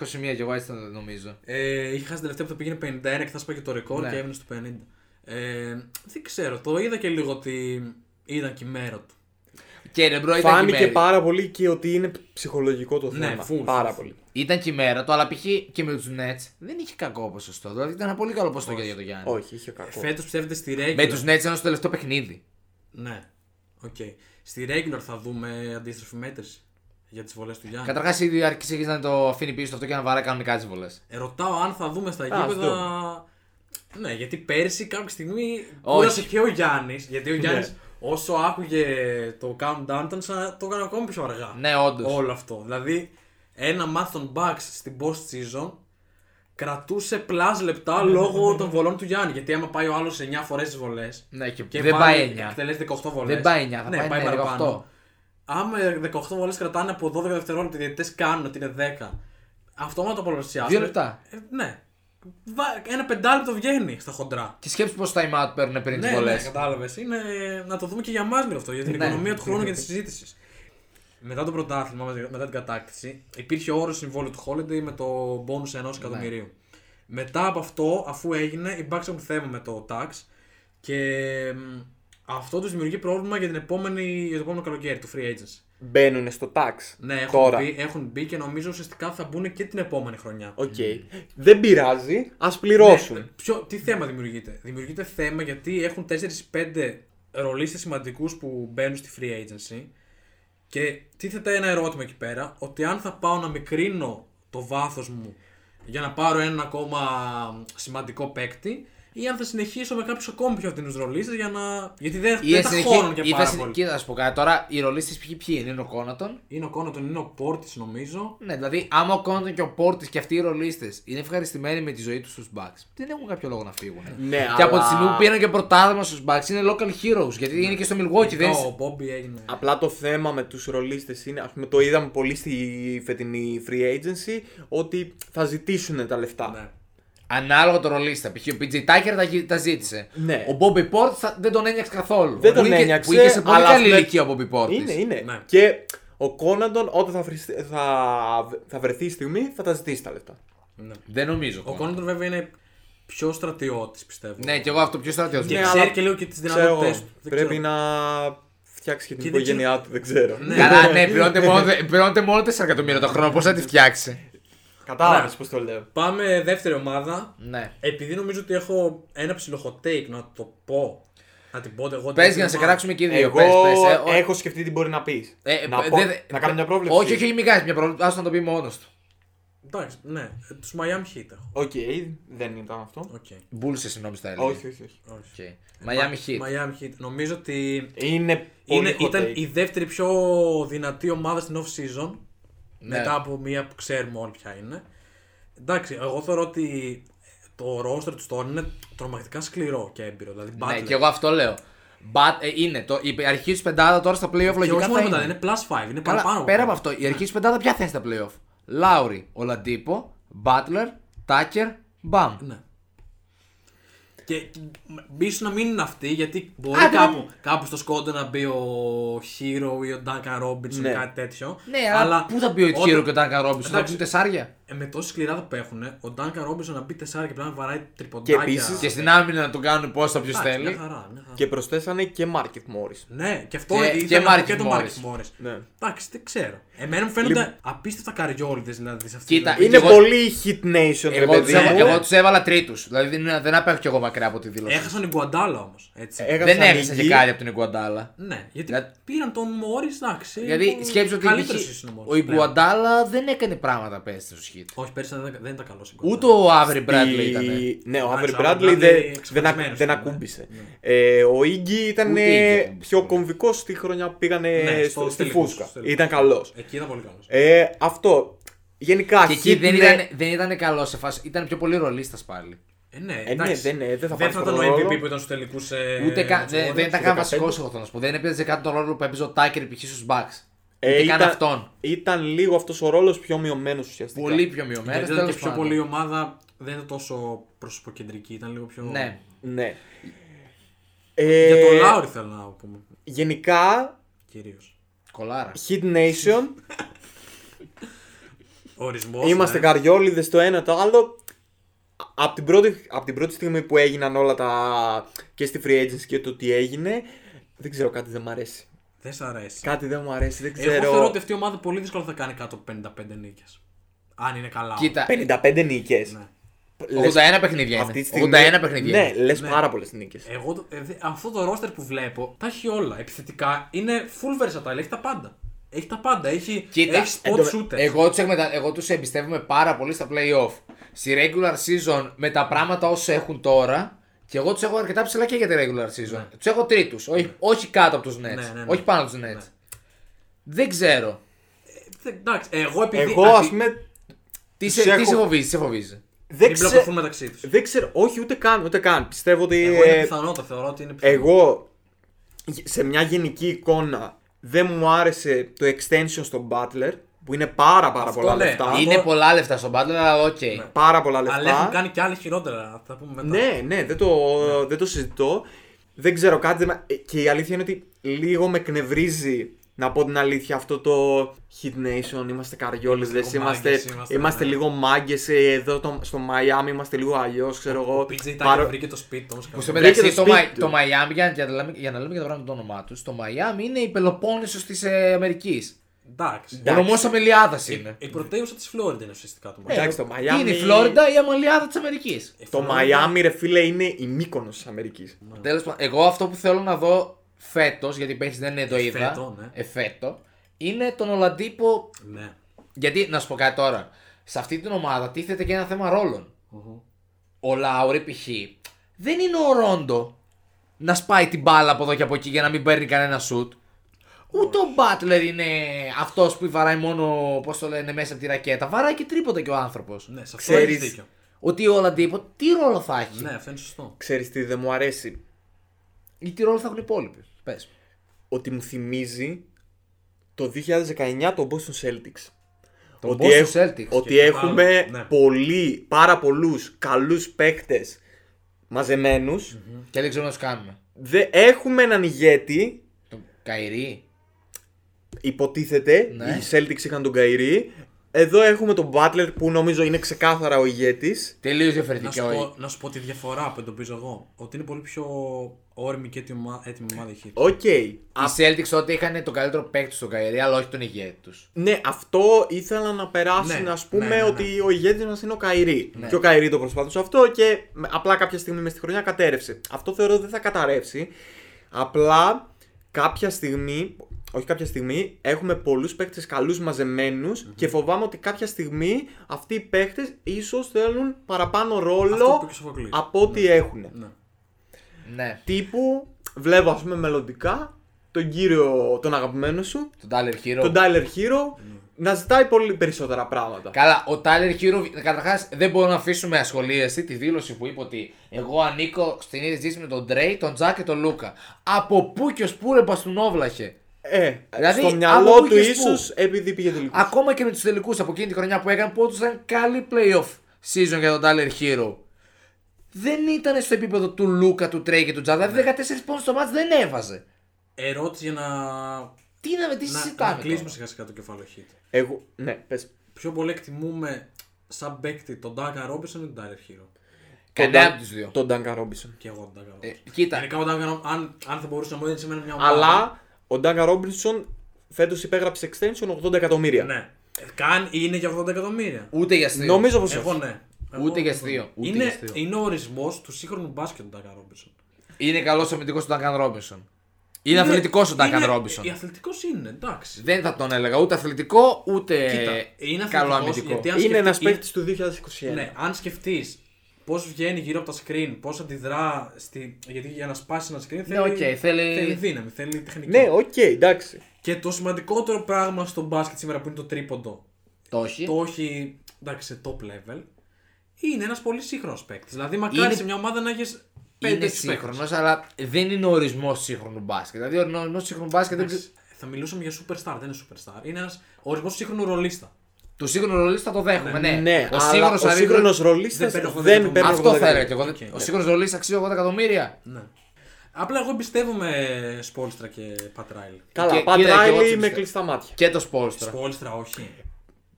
19-21, 19-21 και εγώ έτσι το νομίζω. Ε, είχε χάσει την τελευταία που το πήγαινε 51 και θα σπάγε το ρεκόρ Ναι. και έμεινε στο 50. Ε, δεν ξέρω, το είδα και λίγο ότι ήταν και η μέρα του. Και ρε μπρο, ήταν Φάνηκε και μέρα. πάρα πολύ και ότι είναι ψυχολογικό το Ναι, θέμα. full, πάρα full, πολύ. Ήταν και η μέρα του, αλλά π.χ. και με τους Nets δεν είχε κακό ποσοστό. Δηλαδή ήταν ένα πολύ καλό ποσοστό για τον Ναι. Γιάννη. Όχι, είχε κακό. Φέτο πιστεύετε στη regular. Με τους Nets ήταν στο τελευταίο παιχνίδι. Ναι. Okay. Στη regular θα δούμε αντίστροφη μέτρηση για τις βολές του Γιάννη. Καταρχάς ήδη άρχισε να το αφήνει πίσω αυτό και να βαράει κανονικά τις βολές. Ε, Ρωτάω αν θα δούμε στα γήπεδα. Ναι, γιατί πέρσι κάποια στιγμή κούρασε και ο Γιάννης. Γιατί ο Ναι. Γιάννης όσο άκουγε το countdown ήταν σαν να το έκανε ακόμη πιο αργά. Ναι, όντως. Όλο αυτό. Δηλαδή, ένα Marathon Bucks στην post season κρατούσε πλάς λεπτά Ναι. λόγω των βολών του Γιάννη. Γιατί άμα πάει ο άλλος 9 φορέ τι βολές. Ναι, και δεν πάει εννιά. Εκτελέσεις 18 βολέ. Δεν πάει εννιά, θα πάει, ναι, 18. Άμα 18 βολές κρατάνε από 12 δευτερόλεπτα, οι διαιτητές κάνουν ότι είναι 10. Αυτόματα πολλαπλασιάζουν. Δύο λεπτά. Ε, ναι. Βα- Ένα πεντάλεπτο βγαίνει στα χοντρά. Και σκέψου πόσο time out παίρνουν πριν τις Ναι, βολέ. ναι, κατάλαβες. Είναι... Να το δούμε και για εμά με αυτό, για την Ναι. οικονομία του χρόνου και της συζήτησης. Μετά το πρωτάθλημα, με- μετά την κατάκτηση, υπήρχε όρος συμβόλαιο του Holiday με το bonus ενός Ναι. εκατομμυρίου. Μετά από αυτό, αφού έγινε, υπάρξαν θέμα με το tax και μ, αυτό τους δημιουργεί πρόβλημα για, την επόμενη, για το επόμενο καλοκαίρι, το free agency. Μπαίνουν στο tax. Ναι, έχουν, τώρα. Μπει, έχουν μπει και νομίζω ουσιαστικά θα μπουν και την επόμενη χρονιά. Οκ. Δεν πειράζει, ας πληρώσουν. Ε, Ποιο, τι θέμα δημιουργείται. Δημιουργείται θέμα γιατί έχουν 4-5 ρολίστες σημαντικούς που μπαίνουν στη free agency. Και τίθεται ένα ερώτημα εκεί πέρα, ότι αν θα πάω να μικρύνω το βάθος μου για να πάρω έναν ακόμα σημαντικό παίκτη, ή αν θα συνεχίσω με κάποιους ακόμη πιο φθηνού ρολίστες για να. Γιατί δεν, Ή δεν θα τα συνεχί- χώνουν και ή θα πάρα συνε- πολύ. Κοίτα, να σου πω κάτι τώρα. Οι ρολίστες ποιοι ποιοι είναι, είναι ο Κόνατον. Είναι ο Κόνατον, είναι ο Πόρτης νομίζω. Ναι, δηλαδή άμα ο Κόνατον και ο Πόρτης και αυτοί οι ρολίστες είναι ευχαριστημένοι με τη ζωή τους στους Bucks, δεν έχουν κάποιο λόγο να φύγουν. Ναι, και από τη αλλά- στιγμή που πήραν και πρωτάθλημα στους Bucks είναι local heroes γιατί είναι και στο Milwaukee. δεν Εδώ είναι- ο Μπόμπι έγινε. Απλά το θέμα με τους ρολίστες είναι, ας πούμε το είδαμε πολύ στη φετινή free agency, ότι θα ζητήσουν τα λεφτά. Ναι. Ανάλογα το ρολίστα. Π.χ. ο PJ Tucker τα, γι- τα ζήτησε. Ναι. Ο Bobby Port θα- δεν τον ένιωξε καθόλου. Δεν Που τον είχε- ένιωξε, Που είχε σε πολύ αλλά καλή αυτό- ηλικία ο Bobby Port. Είναι, είναι. Ναι. Και ο Κόναντον όταν θα, βρισ- θα... θα βρεθεί η στιγμή θα τα ζητήσει τα λεφτά. Δεν νομίζω. Ο ακόμα. Κόνατον βέβαια είναι πιο στρατιώτης πιστεύω. Ναι, και εγώ αυτό πιο στρατιώτης. Και Ναι, ξέρει αλλά- και λίγο και τις Ξέρω εγώ, δυνατότητέ του. Δεν πρέπει ξέρω. να φτιάξει και την Και δεν οικογένειά του, δεν ξέρω. Ναι. Καλά, ναι, πληρώνεται μόνο, πληρώνεται μόνο 4 εκατομμύρια το χρόνο. Πώς θα τη φτιάξει. Κατάλαβες Ναι. πώς το λέω. Πάμε δεύτερη ομάδα. Ναι. Επειδή νομίζω ότι έχω ένα ψηλό hot take να το πω. Να την πω εγώ. Πες για να σε κράξουμε και οι δύο. Εγώ Πες, πες, ε, ο- έχω σκεφτεί τι μπορεί να πεις. ε, ε, να, δε- πω- δε- να κάνω μια πρόβλεψη. Όχι, όχι, μην κάνει μια πρόβλεψη. Άστο να το πει μόνος του. Εντάξει, ναι. Τους Miami Heat έχω. Οκ, δεν ήταν αυτό. Οκ. Μπούλσε, συγγνώμη, στα έλεγα. Όχι, όχι, όχι. Okay. Miami Heat. Miami Heat. Νομίζω ότι Είναι, πολύ είναι, hot ήταν take. η δεύτερη πιο δυνατή ομάδα στην off season. Ναι. Μετά από μία που ξέρουμε όλοι ποια είναι. Εντάξει, εγώ θεωρώ ότι το roster τους τώρα είναι τρομακτικά σκληρό και έμπειρο. Δηλαδή, Ναι, Butler. και εγώ αυτό λέω. But, ε, είναι. Το, η αρχή της πεντάδα τώρα στα playoff Και λογικά όχι θα μόνο είναι. μετά, είναι plus 5, είναι Καλά, παραπάνω. πέρα από αυτό, η αρχή της πεντάδα ποια θα είναι στα playoff. Λάουρι, Ολαντίπο, Μπάτλερ, Τάκερ, Μπαμ. Ναι. Και ίσω να μην είναι αυτή, γιατί μπορεί Άντε, κάπου, ναι. κάπου στο σκόντε να μπει ο Hero ή ο Duncan Robinson Ναι. ή κάτι τέτοιο. Ναι, αλλά, πού θα μπει ο όταν- Χίρο και ο Ντάνκα Ρόμπινσον, θα Εντάξει. πούν τεσσάρια. Ε, με τόση σκληρά που έχουν, ο Duncan Robinson να μπει τεσσάρια και πλέον να βαράει τριποντάκια. Και επίσης- Και στην άμυνα να τον κάνουν πόσα ποιο Εντάξει, μια θέλει. χαρά, μια χαρά. Και προσθέσανε και Market Morris. Ναι, και αυτό Και- και, και ήθελα να πω και Marcus τον Μάρκη Morris. Μόρι. Ναι. Εντάξει, δεν ξέρω. Εμένα μου φαίνονται απίστευτα καριόλιδες δηλαδή σε αυτή Κοίτα, τη Είναι εγώ- πολύ Hit Ε, Nation, ρε Εγώ του παιδί μου. έβαλα, τρίτους. Δηλαδή δεν, δεν απέχω κι εγώ μακριά από τη δήλωση. Έχασαν την Γκουαντάλα όμως. Έτσι. Δεν έχασα νίκη. και κάτι από την Εγκουαντάλα. Ναι, γιατί Για- πήραν τον Μόρι, εντάξει. Δηλαδή σκέψου ότι καλύτερος π.χ. είναι ο Μόρι. ο Ιγκουαντάλα δεν έκανε πράγματα πέρσι στο σχήτη. Όχι, πέρσι δεν, δεν ήταν καλό. Ούτε ο Άβρι Μπράντλε Η- ήταν. Ναι, ο Εντάξει, Άβρι ο Μπράντλι Bradley δεν, δεν, εξαφανισμένος ακ- ήταν, δεν ναι. ακούμπησε. Ε, ο Ίγκη ήταν Ούτε ε, Ίγκη ακούμπησε, πιο ναι. κομβικό τη χρονιά που πήγανε Ναι, στο- στο- στη στους τελικούς, Φούσκα. στους τελικούς. Ήταν καλός. Εκεί ήταν πολύ καλός. Ε, αυτό. Γενικά, Και εκεί hit ναι- δεν ne- ήταν, δεν ήταν καλός σε φάση. Ήταν πιο πολύ ρολίστας πάλι. Ε, ναι, ναι, εντάξει. δεν- ε, δεν θα δεν πάρεις θα ήταν ο τον ρόλο. MVP που ήταν στους τελικούς. Ε, Ούτε καν- τους δεν, δεν Warriors. ήταν καν βασικός εγώ θέλω να σου πω. Δεν έπαιζε καν τον ρόλο που έπαιζε ο Τάκερ π.χ. στους Μπακς. Ε, Ούτε καν αυτόν. Ήταν λίγο αυτός ο ρόλος πιο μειωμένος ουσιαστικά. Πολύ πιο Γιατί μειωμένο. ήταν και πιο πολύ η ομάδα. Δεν ήταν τόσο προσωποκεντρική, ήταν λίγο πιο. Ναι. Ναι. Ε, Για τον Λάουρι θέλω να πούμε Γενικά, κυρίως. Κολάρα. Hit Nation. Ορισμός. Είμαστε καριόλιδες το ένα το άλλο. Από την, πρώτη, απ' την πρώτη στιγμή που έγιναν όλα τα. και στη free agency και το τι έγινε. Δεν ξέρω, κάτι δεν μου αρέσει. Δεν σ' αρέσει. Κάτι δεν μου αρέσει, δεν Εγώ ξέρω. θεωρώ ότι αυτή η ομάδα πολύ δύσκολα θα κάνει κάτω από 55 νίκες. Αν είναι καλά. Κοίτα, 55 νίκες. Ναι. 81 παιχνίδια είναι. 81 παιχνίδια. Ναι, είναι. λες πάρα πολλές νίκες. Εγώ, το- ε, δε- αυτό το roster που βλέπω τα έχει όλα. Επιθετικά είναι full versatile, έχει τα πάντα. Έχει τα πάντα. Έχει, Κοίτα, έχει εν spot τω με- shooter. Εγώ τους, εκμετα... εγώ τους εμπιστεύομαι πάρα πολύ στα play-off. Στη regular season με τα πράγματα όσα έχουν τώρα και εγώ τους έχω αρκετά ψηλά και για τη regular season. Ναι. Τους έχω τρίτους, όχι, όχι κάτω από τους Nets, ναι, ναι. όχι πάνω από τους Nets. Δεν ξέρω. Ε, Εντάξει, εγώ επειδή. Εγώ, ας πούμε. Τι Τους σε, τι έχω- σε φοβίζει, σε φοβίζει. Δεν Μην ξέρω. μπλοκωθούν μεταξύ τους. Δεν ξέρω, όχι ούτε καν, ούτε καν. Πιστεύω ότι. Εγώ είναι ε, πιθανότητα, θεωρώ ότι είναι πιθανό. Εγώ σε μια γενική εικόνα δεν μου άρεσε το extension στον Butler που είναι πάρα πάρα Αυτό πολλά ναι. λεφτά. Είναι πολλά λεφτά στον Butler, αλλά οκ. Ναι. Πάρα πολλά λεφτά. Αλλά έχουν κάνει και άλλα χειρότερα. Θα τα πούμε μετά. Ναι, ναι, δεν το, δεν το συζητώ. Δεν ξέρω κάτι. δεν με- Και η αλήθεια είναι ότι λίγο με κνευρίζει να πω την αλήθεια αυτό το Hit Nation. Είμαστε καριόλιδες, Λίγο είμαστε, μάγκες είμαστε, είμαστε, ναι. λίγο μάγκες. Εδώ το- στο Miami είμαστε λίγο αλλιώς, ξέρω εγώ. Ο PJ Tucker Παρό- βρήκε το σπίτι του. Που στο Βρήκε μεταξύ το το, Μα- σπίτι του. το Miami, για, για, να λέμε, για να λέμε και το πράγμα το όνομά τους, το Miami είναι η Πελοπόννησος της ε, Αμερικής. Εντάξει. Ο νομός Ε, Αμελιάδας είναι. Η πρωτεύουσα της Φλόριντας είναι ουσιαστικά το Ε, Μάικ. Εντάξει, το Miami. Είναι η Φλόριντα ή η Αμαλιάδα της Αμερικής. Το Miami, ρε φίλε, είναι η Μύκονος της Αμερικής. Τέλος πάντων, εγώ αυτό που θέλω να δω φέτος, γιατί πέρσι δεν είναι το είδα. Εφέτο, ναι. εφέτο, είναι τον Ολαντίπο. Ναι. Γιατί να σου πω κάτι τώρα. Σε αυτή την ομάδα τίθεται και ένα θέμα ρόλων. Ο Λάουρη π.χ. δεν είναι ο Ρόντο να σπάει την μπάλα από εδώ και από εκεί για να μην παίρνει κανένα σουτ. Ούτε ο Μπάτλερ είναι αυτός που βαράει μόνο, πώς το λένε, μέσα από τη ρακέτα. Βαράει και τρίποτα και ο άνθρωπος. Ναι, σε αυτό Ξέρεις- έχει δίκιο. Ότι ο Ολαντίπο τι ρόλο θα έχει Ναι, αυτό είναι σωστό. Ξέρεις τι δεν μου αρέσει. ή τι ρόλο θα έχουν οι υπόλοιποι. Πες. Ότι μου θυμίζει το 2019 το Boston Celtics. Τον Boston έχ- Celtics. ότι και έχουμε πάλι, ναι. πολλοί, πάρα πολλούς καλούς παίκτες μαζεμένους. Και δεν ξέρω να τους κάνουμε. Δε, έχουμε έναν ηγέτη, Τον Καϊρή. υποτίθεται, Ναι. οι Celtics είχαν τον Καϊρή. Εδώ έχουμε τον Butler που νομίζω είναι ξεκάθαρα ο ηγέτης. Τελείως Να διαφορετική σου, όλη. πω, να σου πω τη διαφορά που εντοπίζω εγώ. Ότι είναι πολύ πιο όρημη και έτοιμα- έτοιμη ομάδα η Heat. Οκ. Οι Celtics τότε είχαν τον καλύτερο παίκτη στον Καϊρή, αλλά όχι τον ηγέτη τους. Ναι, αυτό ήθελα να περάσουν, Ναι, ας πούμε, ναι, ναι, ναι. ότι ο ηγέτης μας είναι ο Καϊρή. Και ο Καϊρή το προσπάθησε αυτό και με- απλά κάποια στιγμή μες στη χρονιά κατέρευσε. Αυτό θεωρώ δεν θα καταρρεύσει. Απλά κάποια στιγμή, όχι κάποια στιγμή, έχουμε πολλούς παίκτες καλούς και φοβάμαι ότι κάποια στιγμή αυτοί οι παίκτες ίσως θέλουν παραπάνω Αυτό που είπε ρόλο και ο Σοφοκλής. από ό,τι έχουν. Ναι. Ναι. Τύπου βλέπω, ας πούμε, μελλοντικά τον κύριο, τον αγαπημένο σου, Τον Tyler Hero. Ναι. τον Tyler Hero να ζητάει πολύ περισσότερα πράγματα. Καλά, ο Τάλερ Hero, καταρχάς δεν μπορώ να αφήσουμε ασχολίαση τη δήλωση που είπε ότι εγώ ανήκω στην ίδια ζήτηση με τον Τρέι, τον Τζακ και τον Λούκα. Από πού και ως πού ρε μπαστούνόβλαχε. Ε, Δηλαδή, στο από μυαλό πού του είχες πού? ίσω επειδή πήγε τελικό. Ακόμα και με τους τελικούς από εκείνη τη χρονιά που έκανε, που όντω ήταν καλή playoff season για τον Tyler Hero. Δεν ήταν στο επίπεδο του Λούκα, του Τρέι και του Τζακ. Ναι. Δηλαδή 14 πόντους στο μάτς δεν έβαζε. Ερώτηση για να Τι να με τι Να, να συζητάμε. κλείσουμε τώρα. σιγά σιγά το κεφάλαιο hit. Εγώ, ναι, πες. Πιο πολύ εκτιμούμε σαν παίκτη τον Duncan Robinson ή τον Tyler Hero. Κανένα Τον- από τους δύο. Τον Duncan Robinson. Και εγώ τον Duncan Robinson. Ε, κοίτα. Γενικά ο Duncan, αν, αν θα μπορούσε να μου έδινε σήμερα μια ομάδα. Αλλά ο Duncan Robinson φέτος υπέγραψε extension 80 εκατομμύρια. Ναι. Ε, Καν είναι για 80 εκατομμύρια. Ούτε για αστείο. Νομίζω πως Εγώ όχι. ναι. Ούτε Εγώ- για αστείο. Ούτε για Είναι, αστείο. είναι ο ορισμός του σύγχρονου μπάσκετ του Duncan Robinson. Είναι καλός αμυντικός του Duncan Robinson. Είναι αθλητικός ο Duncan είναι- Robinson. ε, αθλητικός είναι, εντάξει. Δεν θα τον έλεγα ούτε αθλητικό ούτε Κοίτα, είναι αθλητικός, καλό αμυντικό. γιατί αν Είναι σκεφτεί- ένας παίκτης του 2021. Ναι, αν σκεφτείς πώς βγαίνει γύρω από τα screen, πώς αντιδρά. Στη... Γιατί για να σπάσει ένα screen θέλει, Ναι, οκ, θέλει- δύναμη, θέλει τεχνική. Ναι, οκ, εντάξει. Και το σημαντικότερο πράγμα στο μπάσκετ σήμερα που είναι το τρίποντο, Το όχι. το όχι εντάξει, σε top level, είναι ένας πολύ σύγχρονος παίκτης. Δηλαδή, μακάρι Είναι- σε μια ομάδα να έχεις Είναι πέντε σύγχρονος, αλλά δεν είναι ο ορισμός σύγχρονου μπάσκετ. Δηλαδή, ο ορισμός σύγχρονου μπάσκετ. Δεν... ξε- Θα μιλούσαμε για superstar, δεν είναι superstar. Είναι ένας ορισμός σύγχρονου ρολίστα. Του σύγχρονου ρολίστα το δέχομαι, ναι. Ναι, ο αλλά σύγχρονο ο σύγχρονος ρολίστας δεν παίρνει δεν 80 παίρνει Αυτό 80 θα έλεγα και εγώ. Οκ, Ο ναι. σύγχρονος ρολίστας αξίζει 80 εκατομμύρια. Ναι. Απλά εγώ εμπιστεύομαι Σπόλστρα και Πατράιλ. Και- Καλά, κοίτα, και εγώ έτσι πατράιλι με πιστεύω. κλειστά μάτια. Και το Σπόλστρα. Σπόλστρα, όχι.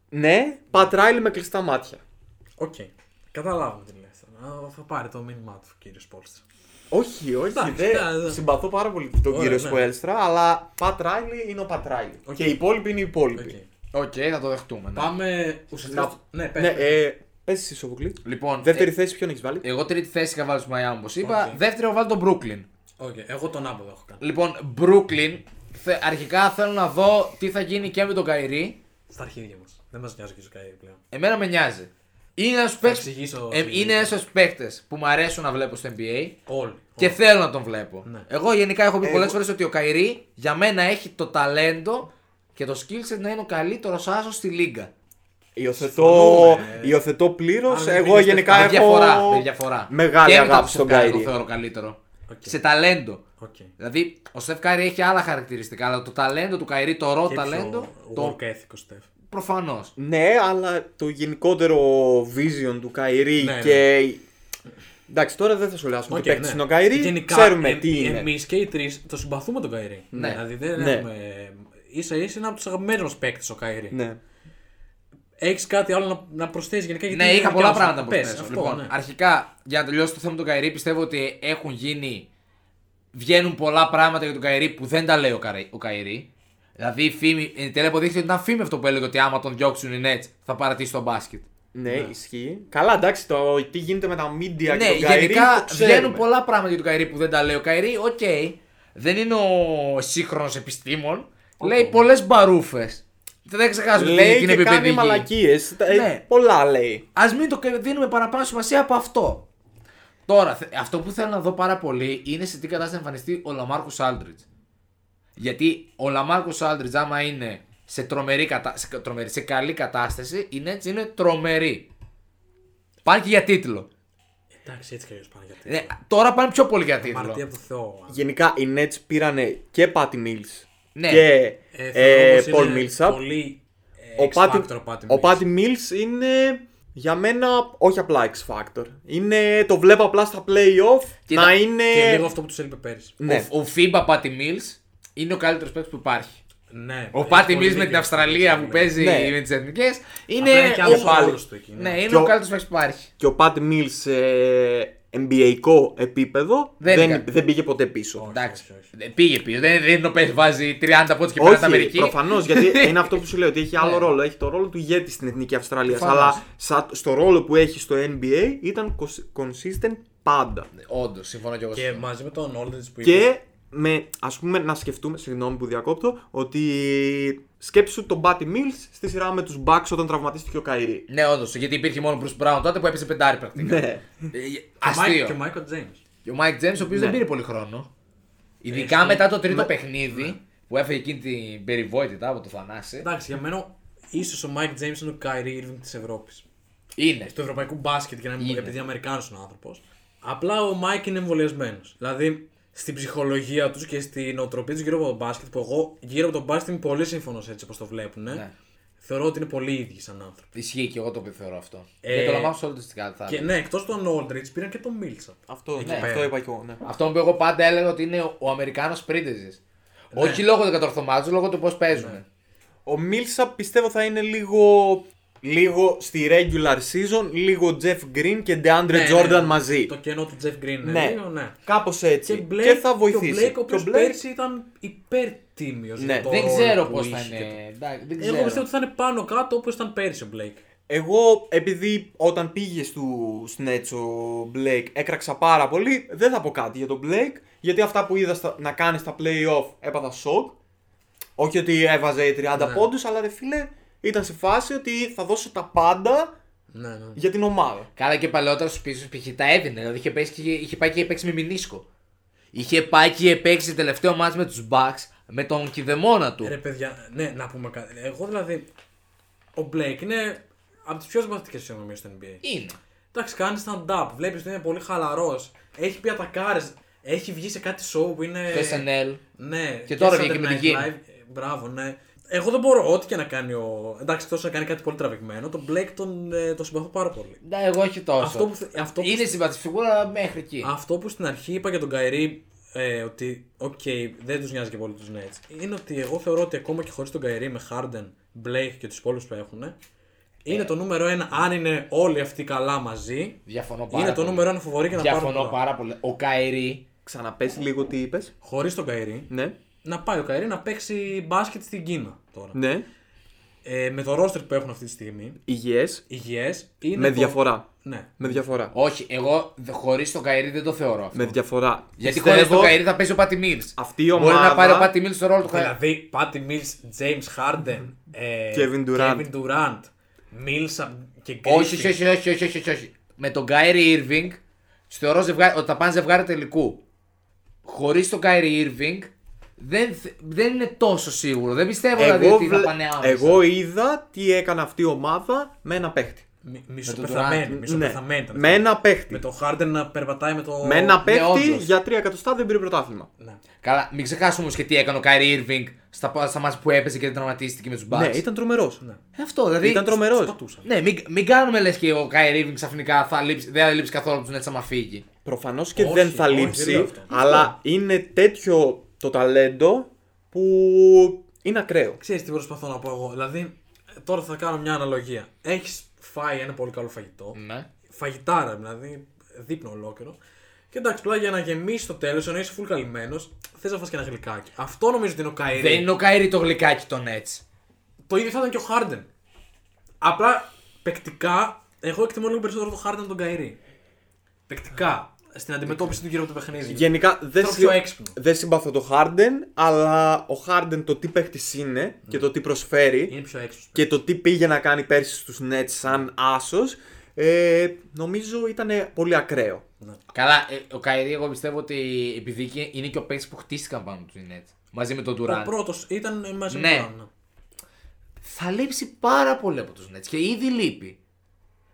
Ναι, πατράιλι με κλειστά μάτια. Οκ. Καταλάβουμε τι λες. Α, Θα πάρει το μήνυμά του, κύριε Σπόλστρα. Όχι, όχι. Εντάξει, ναι, ναι. Δεν. Συμπαθώ πάρα πολύ τον Ωραία, κύριο ναι. Σπουέλστρα, αλλά πατράιλι είναι ο πατράιλι. Οκ. Και οι υπόλοιποι είναι οι υπόλοιποι. Ναι, Οκ. Οκ, θα το δεχτούμε. ναι. Πάμε ουσιαστικά. Να- Ναι, πες. Ναι, ε, πες εσύ, Σοβουκλή. Λοιπόν, Δεύτερη ε, θέση, ποιον έχεις βάλει. εγώ τρίτη θέση είχα βάλει στο Miami, όπως είπα. Οκ. Δεύτερη έχω βάλει τον Brooklyn. Οκ, εγώ τον άποδο έχω κάνει. Λοιπόν, Brooklyn. θε- Αρχικά θέλω να δω τι θα γίνει και με τον Καϊρή. Στα αρχίδια μας. Δεν μας νοιάζει και σου καεί πλέον. Εμένα με νοιάζει. Είναι ένας παίκτης εξηγήσω ε, την είναι λογική. ένας παίκτης που μου αρέσουν να βλέπω στο NBA Όλοι. και θέλω να τον βλέπω. Ναι. Εγώ γενικά έχω πει Εγώ- πολλέ φορές ότι ο Καϊρή για μένα έχει το ταλέντο και το skill set να είναι ο καλύτερος άσος στη λίγα. Υιοθετώ, συμφωνούμε. υιοθετώ πλήρως. Αλλά δεν Εγώ είναι γενικά Με έχω. διαφορά. Με διαφορά. Μεγάλη και με τα αγάπη στον Steph Curry Καϊρή. Το θεωρώ καλύτερο. Οκ. Σε ταλέντο. Οκ. Και Δηλαδή, ο Στεφ Κάρι έχει άλλα χαρακτηριστικά, αλλά το ταλέντο του Καϊρή, το ρο ταλέντο, πιο το Work ethic, ο Στεφ. προφανώς. Ναι, αλλά το γενικότερο vision του Καϊρή Ναι, ναι. και. Εντάξει, τώρα δεν θα σχολιάσουμε Οκ, τι παίκτης ναι. είναι ο Καϊρή. Γενικά, ξέρουμε εμ- τι είναι. Εμείς και οι τρεις το συμπαθούμε τον Καϊρή. Ναι. Δηλαδή δεν Ναι. έχουμε... Ίσα ίσα είναι από τους αγαπημένους παίκτες ο Καϊρή. Ναι. Έχεις κάτι άλλο να, να προσθέσεις γενικά γιατί... Ναι, είχα γενικά πολλά μας- πράγματα να Πες, προσθέσω. αυτό, Λοιπόν, ναι. αρχικά για να τελειώσει το θέμα του Καϊρή, πιστεύω ότι έχουν γίνει. Βγαίνουν πολλά πράγματα για τον Καϊρή που δεν τα λέει ο, Καρι, ο Καϊρή. Δηλαδή, η φήμη, εν τέλει αποδείχθηκε ότι ήταν φήμη αυτό που έλεγε ότι άμα τον διώξουν οι Nets θα παρατήσει τον μπάσκετ. Ναι, ισχύει. Καλά, εντάξει, το τι γίνεται με τα media και Ναι, τον Καϊρή. γενικά το ξέρουμε. βγαίνουν πολλά πράγματα για τον Καϊρή που δεν τα λέει ο Καϊρή. Οκ, δεν είναι ο σύγχρονος επιστήμον. Λέει πολλές μπαρούφες. Δεν ξεχάσουμε ότι Λέει είναι και κάνει επιπαιδική. μαλακίε. Ναι. Πολλά λέει. Ας μην το κα- δίνουμε παραπάνω σημασία από αυτό. Τώρα, θε- αυτό που θέλω να δω πάρα πολύ είναι σε τι κατάσταση θα εμφανιστεί ο Λαμάρκος Άλντριτ. Γιατί ο Λαμάρκος Άλντριτ, άμα είναι σε, τρομερή κατα... σε, κα- τρομερή, σε καλή κατάσταση, η Nets είναι τρομερή. Πάνε και για τίτλο. Εντάξει, έτσι κι αλλιώς πάνε γιατί. Ε, τώρα πάνε πιο πολύ για τίτλο. Μαρτία από το Θεό. Γενικά οι Nets πήρανε και Patty Mills Ναι. και Ε, ε, θεωρώ πως Paul είναι Millsap. Πολύ ε, ο X Patty, factor Patty ο Mills. Patty Mills είναι για μένα όχι απλά X Factor. Είναι, το βλέπω απλά στα playoff Κοίτα, να είναι. Και λίγο αυτό που τους έλειπε πέρυσι. Ναι. Ο, ο FIBA Patty Mills είναι ο καλύτερος παίκτης που υπάρχει. Ναι. Ο έχει Πάτι πολύ Mills με την δίκιο. Αυστραλία που παίζει Ναι. με τις εθνικές είναι. Απλά είναι και άλλος Ναι, ο- ο ρόλος του εκεί, ναι. Ναι, είναι Και ο ο- καλύτερος παίκτης που υπάρχει. Και ο Pat Mills σε NBA-ικό επίπεδο Δεν δεν, έκανε. δεν, πήγε ποτέ πίσω. Εντάξει. όχι, όχι. Δεν Πήγε πίσω. Δεν, δεν είναι ο παίκτη που βάζει 30 πόντους και πέρα Όχι, τα Αμερική. προφανώς (laughs) γιατί είναι αυτό που σου λέω ότι έχει άλλο Ναι. ρόλο. Έχει το ρόλο του ηγέτη στην εθνική Αυστραλίας. Προφανώς. Αλλά σα- στο ρόλο που έχει στο NBA ήταν cons- consistent πάντα. Ναι. Όντως, συμφωνώ κι εγώ. Και μαζί με τον Όλντιτ που είπες, Και με, ας πούμε να σκεφτούμε, συγγνώμη που διακόπτω, ότι σκέψου τον Batty Mills στη σειρά με τους Bucks όταν τραυματίστηκε ο Καϊρή. Ναι, όντως. Γιατί υπήρχε μόνο ο Bruce Brown τότε που έπαιζε πεντάρι πρακτικά. Ναι. Ε, και ο Μάικ- Αστείο. Και ο Ναι. Μάικο Τζέιμ. Και ο Mike James, ο οποίος δεν πήρε πολύ χρόνο. Ε, Ναι. Ειδικά μετά το τρίτο παιχνίδι που έφεγε εκείνη την περιβόητητα από το Θανάση. Εντάξει, για μένα ίσως ο Mike James είναι ο Kyrie Irving της Ευρώπης. Είναι. Του ευρωπαϊκού μπάσκετ και να μην Είναι. επειδή Αμερικάνος είναι ο άνθρωπος. Απλά ο Mike είναι εμβολιασμένος. Δηλαδή στην ψυχολογία τους και στην οτροπία τους γύρω από τον μπάσκετ, που εγώ γύρω από τον μπάσκετ είμαι πολύ σύμφωνος έτσι όπως το βλέπουν. Ναι. Θεωρώ ότι είναι πολύ ίδιοι σαν άνθρωποι. Ισχύει και εγώ το θεωρώ αυτό. Ε, Και το λαμβάνω σε όλη τη σκάλα. θα Και έλεγα. ναι, εκτός των Aldridge πήραν και τον Millsap. Αυτό, Εκεί ναι, αυτό πέρα. είπα και εγώ. Ναι. Αυτό που εγώ πάντα έλεγα ότι είναι ο Αμερικάνος πρίντεζης. Ναι. Όχι λόγω των κατορθωμάτων, λόγω του πώς παίζουν. Ο Μίλσα πιστεύω θα είναι λίγο, λίγο στη regular season, λίγο Jeff Green και DeAndre Ναι, ναι, Jordan ναι. μαζί. Το κενό του Jeff Green είναι Ναι. λίγο, ναι. Κάπως έτσι. Και, Blake, θα βοηθήσει. Και ο Blake, ο οποίος Και ο Blake- πέρσι ήταν υπερτίμιος. Ναι. Δεν ξέρω πώς θα είναι. Εντάξει, δεν ξέρω. Εγώ πιστεύω ότι θα είναι πάνω κάτω όπως ήταν πέρσι ο Blake. Εγώ επειδή όταν πήγε στου Nets ο Blake έκραξα πάρα πολύ, δεν θα πω κάτι για τον Blake, γιατί αυτά που είδα στα- να κάνει στα playoff έπαθα σοκ. Όχι ότι έβαζε 30 Ναι. πόντους, αλλά ρε φίλε ήταν σε φάση ότι θα δώσω τα πάντα Ναι, ναι. για την ομάδα. Καλά και παλαιότερα στους πίσω π.χ. τα έδινε. Δηλαδή είχε, παίξει, και- είχε πάει και παίξει με μηνίσκο. Είχε πάει και παίξει τελευταίο μάτς με τους Bucks με τον κηδεμόνα του. Ρε παιδιά, ναι, να πούμε κάτι. Εγώ δηλαδή, ο Blake είναι από τις πιο συμπαθητικέ φυσιογνωμίε στο NBA. Είναι. Εντάξει, κάνει stand-up, βλέπεις ότι είναι πολύ χαλαρός. Έχει πει ατακάρες. Έχει βγει σε κάτι show που είναι. Το SNL. Ναι, Και τώρα Saturday βγήκε με Night την Kim. Live. Ε, Μπράβο, ναι. Εγώ δεν μπορώ, ό,τι και να κάνει ο. Εντάξει, τόσο να κάνει κάτι πολύ τραβηγμένο. Τον Blake τον, ε, τον συμπαθώ πάρα πολύ. Ναι, εγώ όχι τόσο. Αυτό που θε- αυτό που- Είναι συμπαθή φιγούρα μέχρι εκεί. Αυτό που στην αρχή είπα για τον Καϊρή ε, ότι οκ, δεν τους νοιάζει και πολύ τους Nets. Είναι ότι εγώ θεωρώ ότι ακόμα και χωρίς τον Καϊρή με Harden, Blake και τους υπόλοιπους που έχουν, Ε. είναι το νούμερο ένα. Αν είναι όλοι αυτοί καλά μαζί, Διαφωνώ πάρα είναι το πολύ. νούμερο ένα φοβορή και να πάρουν. Διαφωνώ πάρα πολύ. Ο Καερή. Ξαναπες λίγο τι είπες. Χωρίς τον Καϊρή, Ναι, να πάει ο Καϊρή να παίξει μπάσκετ στην Κίνα τώρα. ναι, Ε, με το ρόστερ που έχουν αυτή τη στιγμή, υγιές, υγιές είναι. με το- διαφορά. Ναι. Με διαφορά. Όχι, εγώ χωρίς τον Καερή δεν το θεωρώ αυτό. Με διαφορά. Γιατί Πιστεύω χωρί τον Καερή θα παίζει ο Πάτι Μίλ. Αυτή η Μπορεί ομάδα- να πάρει ο Πάτι Μίλ στο ρόλο του Καερή. Δηλαδή, Patty Mills, James Harden, ε, Kevin Durant. Kevin Durant, Millsap και Griffin. Όχι, όχι, όχι, όχι, όχι, όχι, όχι, όχι. Με τον Καερή Ήρβινγκ θεωρώ ζευγάρι, ότι θα πάνε ζευγάρι τελικού. Χωρίς τον Καερή Ήρβινγκ δεν, θε- δεν είναι τόσο σίγουρο. Δεν πιστεύω δηλαδή ότι θα βλε- πάνε άμεσα. εγώ είδα τι έκανε αυτή η ομάδα με ένα παίχτη. Μι- Durant. Μισοπεθαμένη. Μισοπεθαμένη. ήταν Ναι. Με αυτή. ένα παίχτη. Λοιπόν, Με το Harden να περπατάει με το. Με ένα παίχτη Ναι, όντως. για 3 εκατοστά δεν πήρε πρωτάθλημα. Ναι. Καλά, μην ξεχάσουμε όμως και τι έκανε ο Καερή Ήρβινγκ στα, στα μάτια που έπαιζε και τραυματίστηκε με τους Bucks. Ναι, ήταν τρομερός. Αυτό δηλαδή. Ήταν τρομερός. Πατούσα. Ναι, μην, μην κάνουμε λες και ο Καερή Ήρβινγκ ξαφνικά θα λείψει, δεν θα λείψει καθόλου τους Nets άμα φύγει. Προφανώς και Όχι, δεν θα όχι, λείψει, δεν λέω αυτό. αλλά είναι τέτοιο το ταλέντο που είναι ακραίο. Ξέρεις τι προσπαθώ να πω εγώ. Δηλαδή, ε, τώρα θα κάνω μια αναλογία. Έχεις φάει ένα πολύ καλό φαγητό. Ναι. Φαγητάρα, δηλαδή, δείπνο ολόκληρο. Και εντάξει, πλάγια για να γεμίσεις το τέλος, ενώ είσαι full καλυμμένος, θες να φας και ένα γλυκάκι. Αυτό νομίζω ότι είναι ο Καϊρή. Δεν είναι ο Καερή το γλυκάκι των Nets. Το ίδιο θα ήταν και ο Χάρντεν. Απλά παικτικά, εγώ εκτιμώ λίγο περισσότερο τον Χάρντεν από τον Καϊρή. Παικτικά. Στην αντιμετώπιση του γύρω από το παιχνίδι. Γενικά δεν, Το πιο έξυπνο. δεν συμπαθώ το Harden, αλλά ο Harden το τι παίχτης είναι και το τι προσφέρει Ναι. Είναι πιο έξυπνος. και το τι πήγε να κάνει πέρσι στους Nets σαν άσος, ε, νομίζω ήταν πολύ ακραίο. Καλά, ε, ο Καϊρή, εγώ πιστεύω ότι επειδή και- είναι και ο παίκτη που χτίστηκαν πάνω τους οι Nets μαζί με τον Ο Τουράν. πρώτος ήταν μαζί Ναι. με τον Τουράν, Θα λείψει πάρα πολύ από τους Nets και ήδη λείπει.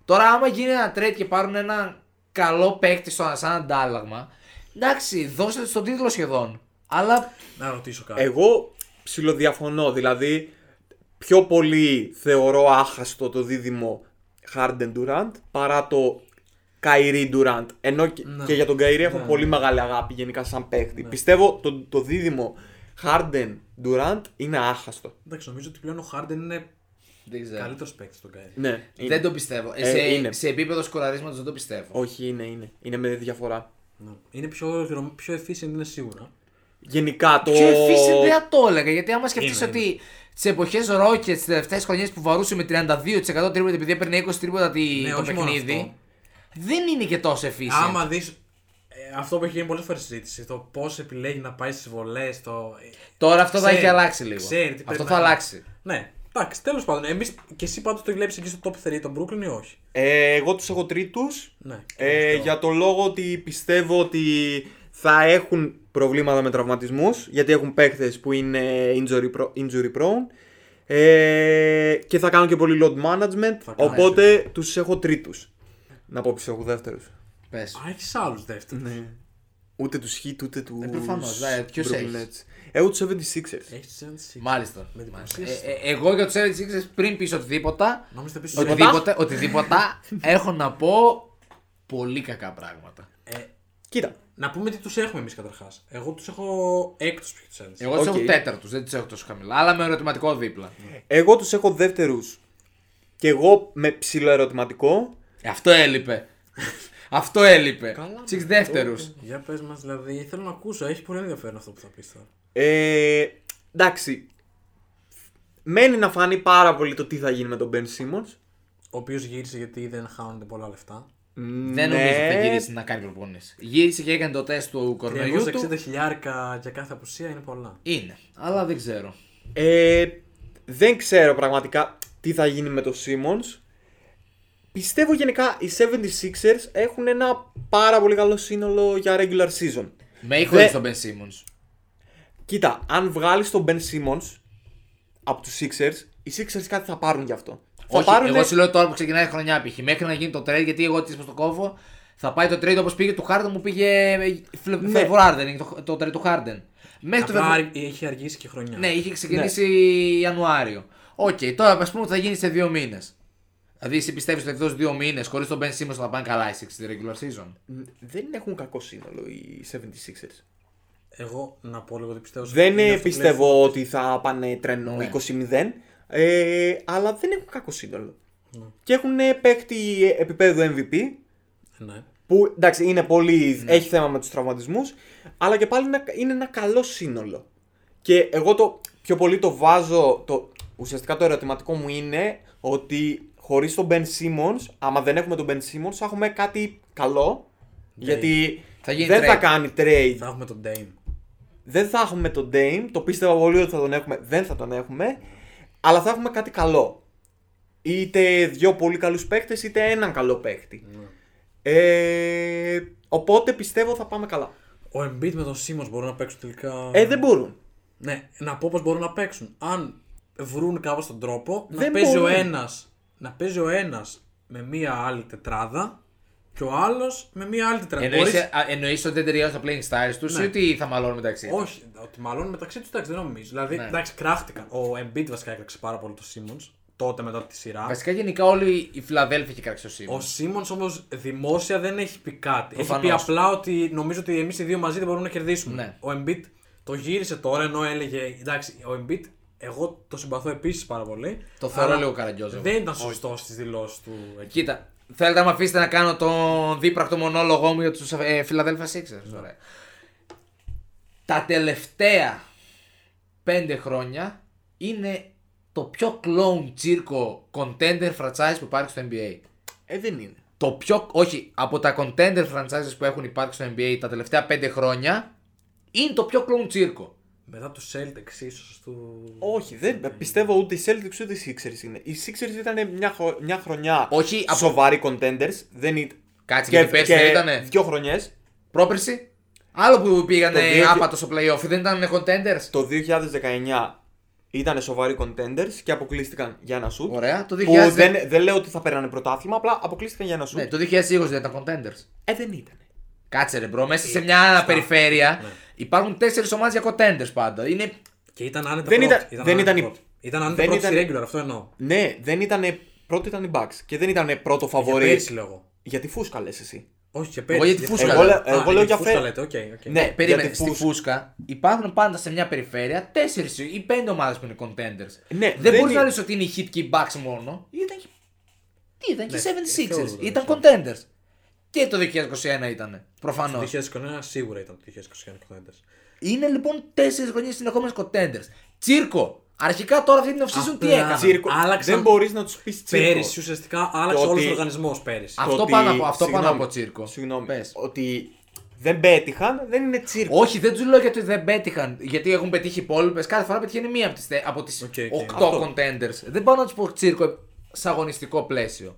Τώρα, άμα γίνει ένα trade και πάρουν ένα καλό παίκτη στο σαν αντάλλαγμα, εντάξει, δώστε του τον τίτλο σχεδόν. Αλλά Να ρωτήσω κάτι. Εγώ ψιλοδιαφωνώ, δηλαδή πιο πολύ θεωρώ άχαστο το δίδυμο Harden Durant παρά το Kyrie Durant. Ενώ και, Ναι. και για τον Kyrie έχω πολύ μεγάλη αγάπη γενικά σαν παίχτη. Πιστεύω το, το δίδυμο Harden Durant είναι άχαστο. Εντάξει, νομίζω ότι πλέον ο Χάρντεν Ναι. είναι δεν ξέρω. καλύτερος παίκτης στον Καϊρή. Ναι, είναι. Δεν το πιστεύω. Ε, Ε, σε, είναι. σε επίπεδο σκοραρίσματος δεν το πιστεύω. Όχι, είναι, είναι. Είναι με διαφορά. Ναι. Είναι πιο, γρο- πιο efficient, είναι σίγουρα. Γενικά το. Πιο efficient δεν θα το έλεγα. Γιατί άμα σκεφτείς Είναι, ότι τις εποχές Ρόκετ τις τελευταίες χρονιές που βαρούσε με 32% τρίποτα επειδή έπαιρνε 20 τρίποτα τη, Ναι, το όχι μόνο παιχνίδι, αυτό. δεν είναι και τόσο efficient. Άμα δεις. αυτό που έχει γίνει πολλές φορές συζήτηση, το πώς επιλέγει να πάει στις βολές, το. Τώρα αυτό θα Ξέρει, έχει αλλάξει λίγο. ξέρει τι πρέπει αυτό να θα κάνει. αλλάξει. Ναι. Εντάξει, τέλος πάντων, εμείς και εσύ πάντως το βλέπεις εκεί στο top 3 τον Brooklyn ή όχι. Ε, εγώ τους έχω τρίτους. Ναι. Ε, για το λόγο ότι πιστεύω ότι θα έχουν προβλήματα με τραυματισμούς γιατί έχουν παίχτες που είναι injury, pro- injury prone Ε, και θα κάνω και πολύ load management. κάνεις. οπότε ναι. τους έχω τρίτους. Να πω ποιους έχω δεύτερους. Πες. Α, έχεις άλλους δεύτερους. Ναι. Ούτε τους Heat, ούτε τους... Ε, προφανώς, ναι, ποιους Brooklyn έχεις? Nets. Έχω τους 76ers. Έχει Μάλιστα. Με Μάλιστα. Ε, εντυπωσίασε. ε, εγώ για του Celtics πριν πεις οτιδήποτε. Νόμιζα πίσω. Οτιδήποτε, οτιδήποτε (laughs) έχω να πω πολύ κακά πράγματα. Κοίτα, Να πούμε τι τους έχουμε εμείς καταρχάς. Εγώ τους έχω έκτου πιο τους Celtics. Εγώ τους Οκ. έχω τέταρτους, δεν τους έχω τόσο χαμηλά, αλλά με ερωτηματικό δίπλα. εγώ τους έχω δεύτερους. Και εγώ με ψηλό ερωτηματικό. Ε, Αυτό έλειπε. Αυτό έλειπε. Καλά, Του ναι. δεύτερου. Για πες μας, δηλαδή θέλω να ακούσω. Έχει πολύ ενδιαφέρον αυτό που θα πεις τώρα. Ε, εντάξει. Μένει να φανεί πάρα πολύ το τι θα γίνει με τον Ben Simmons. Ο οποίος γύρισε γιατί δεν χάνονται πολλά λεφτά. Δεν νομίζω Ναι. ότι θα γυρίσει να κάνει προπονήσει. Γύρισε και έκανε το τεστ του κορονοϊού. του. 360 χιλιάρικα για κάθε απουσία είναι πολλά. Είναι, αλλά δεν ξέρω. Ε, δεν ξέρω πραγματικά τι θα γίνει με το Simmons. Πιστεύω γενικά οι 76ers έχουν ένα πάρα πολύ καλό σύνολο για regular season. Με ή χωρί Δε- τον Ben Simmons. Κοίτα, αν βγάλεις τον Ben Simmons από τους Sixers, οι Sixers κάτι θα πάρουν γι' αυτό. Όχι, θα πάρουν... εγώ σου λέω τώρα που ξεκινάει η χρονιά π.χ. Μέχρι να γίνει το trade, γιατί εγώ τη το κόβω, θα πάει το trade όπως πήγε του Harden μου πήγε ε, Φλε... Ναι. Φεβρουάριο, δεν είναι το, το trade του Harden. Μέχρι Ε, το Απλά Φεβρουάριο. έχει αργήσει και χρονιά. Ναι, είχε ξεκινήσει Ναι. Ιανουάριο. Οκ, τώρα ας πούμε ότι θα γίνει σε δύο μήνες. Δηλαδή, εσύ πιστεύεις ότι εκτό δύο μήνες χωρίς τον Ben Simmons θα πάνε καλά οι Sixers στη regular season. Δεν έχουν κακό σύνολο οι 76ers. Εγώ να πω λίγο ότι πιστεύω. ότι Δεν είναι ε, αυτό που πιστεύω λέει. ότι θα πάνε τρένο 20-0, ε, αλλά δεν έχουν κακό σύνολο. Και έχουν ε, παίκτη ε, επίπεδου MVP, Ναι. που εντάξει είναι πολύ, έχει θέμα με τους τραυματισμούς, αλλά και πάλι είναι- είναι ένα καλό σύνολο. Και εγώ το πιο πολύ το βάζω, το, ουσιαστικά το ερωτηματικό μου είναι ότι χωρίς τον Ben Simmons, άμα δεν έχουμε τον Ben Simmons, θα έχουμε κάτι καλό, γιατί Θα γίνει δεν θα trade. κάνει trade Θα έχουμε τον Dame. δεν θα έχουμε τον Dame, το πίστευα πολύ ότι θα τον έχουμε, δεν θα τον έχουμε, αλλά θα έχουμε κάτι καλό. Είτε δύο πολύ καλούς παίκτες, είτε έναν καλό παίκτη. Ναι. Ε, οπότε πιστεύω θα πάμε καλά. Ο Embiid με τον Simmons μπορούν να παίξουν τελικά. Ε, δεν μπορούν. Ναι, να πω πώς μπορούν να παίξουν. Αν βρουν κάπως τον τρόπο να Δεν παίζει, ο μπορούν. ένας, να παίζει ο ένας με μία άλλη τετράδα και ο άλλος με μία άλλη τετράδα. Ε, Εννοείς, Ε, Μπορείς- Ναι. α, εννοείς ότι δεν ταιριάζουν τα playing styles τους ή ότι θα μαλώνουν μεταξύ τους. Όχι, ότι μάλλον μεταξύ τους εντάξει, δεν νομίζω. Δηλαδή, εντάξει, κράχτηκαν. Ο Embiid βασικά έκλαξε πάρα πολύ το Simmons τότε μετά τη σειρά. Βασικά γενικά όλη η Φιλαδέλφια έχει κράξει το Ο Simmons. Σίμον όμως δημόσια δεν έχει πει κάτι. Προφανώς. Έχει πει απλά ότι νομίζω ότι εμείς οι δύο μαζί δεν μπορούμε να κερδίσουμε. Ναι. Ο Embiid το γύρισε τώρα ενώ έλεγε. Εντάξει, ο Embiid εγώ το συμπαθώ επίσης πάρα πολύ. Το θεωρώ αλλά λίγο καραγκιόζο. Δεν ήταν σωστός στις δηλώσεις του εκεί. Κοίτα, θέλετε να με αφήσετε να κάνω τον δίπρακτο μονόλογό μου για τους ε, Philadelphia Sixers. Ναι. Ωραία. Τα τελευταία πέντε χρόνια είναι το πιο clown τσίρκο contender franchise που υπάρχει στο NBA. Ε, δεν είναι. Το πιο, όχι, από τα contender franchises που έχουν υπάρξει στο NBA τα τελευταία πέντε χρόνια είναι το πιο clown τσίρκο. Μετά τους Celtics ίσως του. Όχι, δεν ε, πιστεύω ούτε οι Celtics ούτε οι Sixers είναι. Οι Sixers ήταν μια, χρο- μια χρονιά Όχι, από- σοβαροί contenders. Δεν ήταν. Κάτσε γιατί πέρσι δεν ήτανε. δύο χρονιές. Πρόπερση, άλλο που πήγανε Το δύο- άπατος στο playoff, δεν ήταν contenders. Το 2019 ήταν σοβαροί contenders και αποκλείστηκαν για ένα σουτ. Ωραία, το Που 2000 δεν, δεν λέω ότι θα παίρνανε πρωτάθλημα, απλά αποκλείστηκαν για ένα σουτ. Ναι, το 2020 δεν ήταν contenders. Ε, δεν ήταν. Κάτσε ρε μπρο, μέσα σε μια περιφέρεια υπάρχουν τέσσερις ομάδες για contenders πάντα. Είναι Και ήταν άνετα Δεν πρώτη. ήταν- δεν άνετα ήταν η- πρώτη. Ήταν άνετα δεν πρώτη στη ήταν- regular, αυτό εννοώ. Ναι, δεν ήταν. Πρώτο ήταν οι Bucks και δεν ήταν πρώτο Για φαβορή. πέρσι λέω εγώ. Γιατί φούσκα λες εσύ. Όχι, για πέρσι. Εγώ για τη φούσκα πέρσι. λέω. Α, Εγώ λέω τη για φούσκα φέ- λέτε, οκ, οκ. Ναι, περίμενε. γιατί Στη φούσκα. φούσκα υπάρχουν πάντα σε μια περιφέρεια τέσσερις ή πέντε ομάδες που είναι contenders. Ναι, δεν δεν μπορείς να είναι. λες ότι είναι οι hit και οι bucks μόνο. Ήταν και. Τι ήταν και οι Ναι, θεωρώ, 76ers. ναι, Ήταν θεωρώ. contenders. Και το 2021 ήταν. Προφανώ. Το 2021 σίγουρα ήταν το 2021 contenders. Είναι λοιπόν τέσσερις χρονιέ συνεχόμενε contenders. Τσίρκο. Αρχικά τώρα αυτή την off-season τι Απλά. έκανα. Τσίρκο. Άλλαξαν- Δεν μπορείς να τους πεις τσίρκο. Πέρυσι ουσιαστικά άλλαξε Το όλος ότι- ο οργανισμός πέρυσι. Αυτό ότι- πάνω από- αυτό πάνω συγγνώμη, από τσίρκο. Συγγνώμη. Πες. Ότι δεν πέτυχαν, δεν είναι τσίρκο. Όχι, δεν τους λέω γιατί δεν πέτυχαν. Γιατί έχουν πετύχει υπόλοιπες. Κάθε φορά πετυχαίνει μία από τις από τις Οκ, οκ. 8 Αυτό. contenders. Δεν πάω να τους πω τσίρκο σε αγωνιστικό πλαίσιο.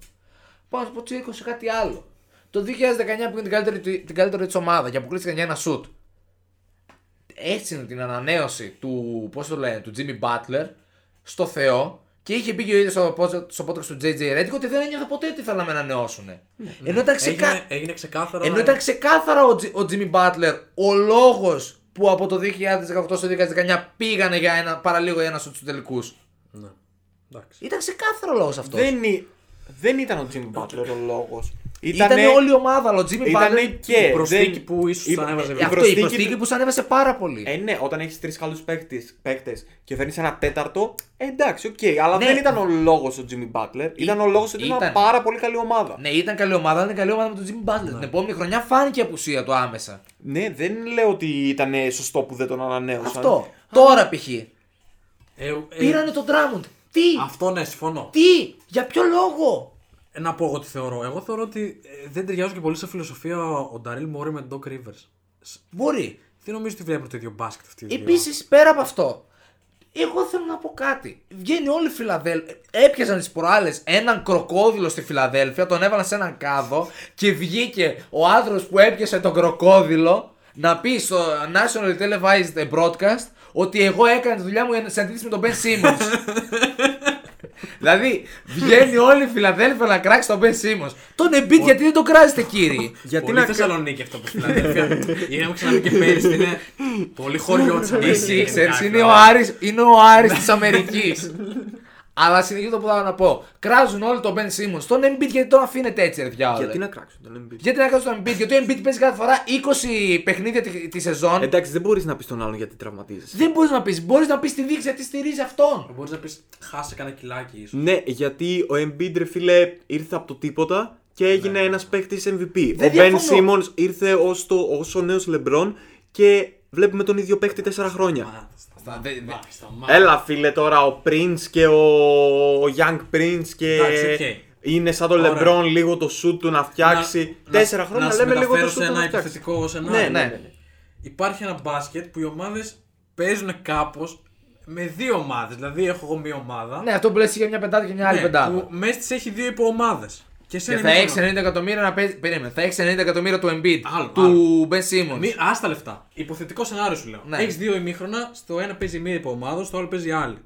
Πάω να τους πω τσίρκο σε κάτι άλλο. Το 2019 που είναι την καλύτερη, την καλύτερη της ομάδα και αποκλείστηκαν για ένα σουτ. Έτσι είναι την ανανέωση του, πώς το λένε, του Jimmy Butler στο Θεό και είχε πει και ο ίδιος στο, podcast- στο podcast του JJ Redick ότι δεν ένιωθε ποτέ ότι θέλαμε να νεώσουν. Ενώ ήταν ξεκα- Ναι. Έγινε, έγινε ξεκάθαρα. ενώ ήταν ξεκάθαρα ο, Τζι- ο Jimmy Butler ο λόγος που από το 2018 στο 2019 πήγανε για ένα, παραλίγο για ένα στους τελικούς. Ναι. Εντάξει. Ήταν ξεκάθαρο ο λόγος αυτός. Δεν, ι- δεν ήταν ο Jimmy Butler ο λόγος. Ήταν όλη η ομάδα, αλλά ο Jimmy Ήτανε Butler. και. Η προσθήκη δεν- που ίσως η- θα ανέβαζε η Αυτό η προσθήκη προσθήκη του- που σαν έβασε πάρα πολύ. Ε, ναι, όταν έχεις τρεις καλούς παίκτες και φέρνει ένα τέταρτο, ε, εντάξει, οκ. αλλά Ναι. δεν ήταν ο λόγος ο Jimmy Butler. Ήταν ο λόγος ότι ήταν μια ήταν. πάρα πολύ καλή ομάδα. Ναι, ήταν καλή ομάδα, ήταν καλή ομάδα με τον Jimmy Butler. Την επόμενη χρονιά φάνηκε η απουσία του άμεσα. Ναι, δεν λέω ότι ήταν σωστό που δεν τον ανανέωσαν. Αυτό. Τώρα π.χ. Ε, ε, Πήρανε τον Drummond. Τι, Αυτό ναι, συμφωνώ. τι, για ποιο λόγο. Ε, Να πω εγώ τι θεωρώ. Εγώ θεωρώ ότι ε, δεν ταιριάζουν και πολύ σε φιλοσοφία ο Νταρίλ Μόρι με τον Doc Rivers. Σ- Μπορεί. Δεν νομίζω ότι βλέπουν το ίδιο μπάσκετ αυτοί οι δύο. Επίσης, πέρα από αυτό, εγώ θέλω να πω κάτι. Βγαίνει όλη η Φιλαδέλφια. Έπιασαν τις προάλλες έναν κροκόδιλο στη Φιλαδέλφια, τον έβαλαν σε έναν κάδο και βγήκε ο άνθρωπο που έπιασε τον κροκόδιλο να πει στο National Televised Broadcast ότι εγώ έκανα τη δουλειά μου σε αντίθεση με τον Ben Simmons. δηλαδή, βγαίνει όλη η Φιλαδέλφια να κράξει τον Ben Simmons. Τον Embiid γιατί δεν τον κράζετε, κύριοι. Γιατί Πολύ να Θεσσαλονίκη αυτό που στην Αδέλφια. Είχαμε ξαναπεί και πέρυσι. Είναι πολύ χωριό της Εσύ ξέρεις, είναι ο Άρης, είναι ο Άρης της (laughs) Αμερικής. Αλλά συνεχίζω που θα να πω. Κράζουν όλοι τον Ben Simmons. Τον Embiid γιατί τον αφήνετε έτσι, ρε διάολε. Γιατί να κράξουν τον Embiid. Γιατί να κάνεις τον Embiid, γιατί ο Embiid παίζει κάθε φορά 20 παιχνίδια τη, τη σεζόν. Εντάξει, δεν μπορείς να πεις τον άλλον γιατί τραυματίζεσαι. Δεν μπορείς να πεις, μπορείς να πεις τη δείξη γιατί στηρίζει αυτόν. Μπορείς να πεις χάσε κανένα κιλάκι ίσως. Ναι, γιατί ο Embiid, ρε φίλε, ήρθε από το τίποτα και έγινε ένας ένα παίκτη MVP. Ναι. Δεν ο Ben διαφωνώ. Simmons ήρθε ως, το, ως ο νέος LeBron και βλέπουμε τον ίδιο παίκτη τέσσερα χρόνια. Έλα, φίλε, τώρα ο Prince και ο, ο Young Prince και. Εντάξει, οκ. Είναι σαν τον Ωραία. LeBron λίγο το σουτ του να φτιάξει. Τέσσερα χρόνια να σε λέμε λίγο το μεταφέρω σουτ σε του ένα να φτιάξει. επιθετικό σενάριο. Ναι, ναι, ναι, ναι. Υπάρχει ένα μπάσκετ που οι ομάδες παίζουν κάπως με δύο ομάδες. Δηλαδή, έχω εγώ μία ομάδα. Ναι, αυτό που λες για μια πεντάδα και μια άλλη ναι, πεντάδα. που μέσα τη έχει δύο υποομάδες. Και, σε Και θα έχει 90 εκατομμύρια να παίζει. Περίμενε, θα έχει 90 εκατομμύρια του Embiid, Άλλο, του άλλο. Ben Simmons. Μη, ας τα λεφτά. Υποθετικό σενάριο σου λέω. Ναι. Έχεις δύο ημίχρονα, στο ένα παίζει μία υποομάδα, στο άλλο παίζει άλλη.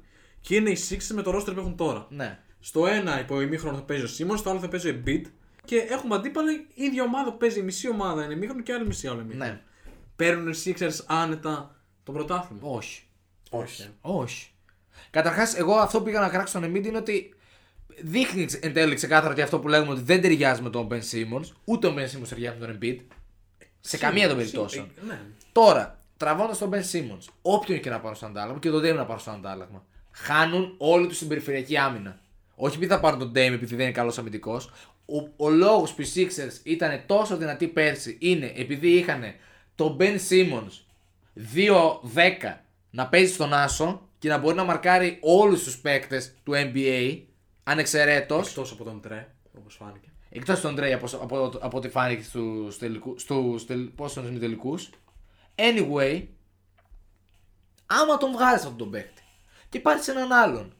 Και είναι οι Sixers με το roster που έχουν τώρα. Ναι. Στο ένα υποημίχρονο θα παίζει ο Σίμον, στο άλλο θα παίζει ο Embiid. Και έχουμε αντίπαλοι, η ίδια ομάδα που παίζει μισή ομάδα ένα ημίχρονο και άλλη μισή άλλο ημίχρονο. Ναι. Παίρνουν οι Sixers άνετα το πρωτάθλημα. Όχι. Όχι. Όχι. Καταρχάς, εγώ αυτό που πήγα να κράξω στον Embiid είναι ότι δείχνει ξε- εν τέλει ξεκάθαρα ότι αυτό που λέγουμε ότι δεν ταιριάζει με τον Ben Simmons, ούτε ο Ben Simmons ταιριάζει με τον Embiid. Σε καμία των περιπτώσεων. Ναι. Τώρα, τραβώντας τον Ben Simmons, όποιον και να πάρουν στο αντάλλαγμα και τον Dame να πάρουν στο αντάλλαγμα, χάνουν όλη του την περιφερειακή άμυνα. Όχι επειδή θα πάρουν τον Dame επειδή δεν είναι καλός αμυντικός. Ο, ο λόγος που οι Sixers ήταν τόσο δυνατοί πέρσι είναι επειδή είχαν τον Ben Simmons 2-10 να παίζει στον Άσο και να μπορεί να μαρκάρει όλους τους παίκτες του NBA ανεξαιρέτως. Εκτός από τον Τρε, όπως φάνηκε. Εκτός τον Τρέι από, από, από ό,τι φάνηκε στου τελικούς. Στου τελικούς. Anyway, άμα τον βγάζει από τον παίκτη και πάρεις έναν άλλον,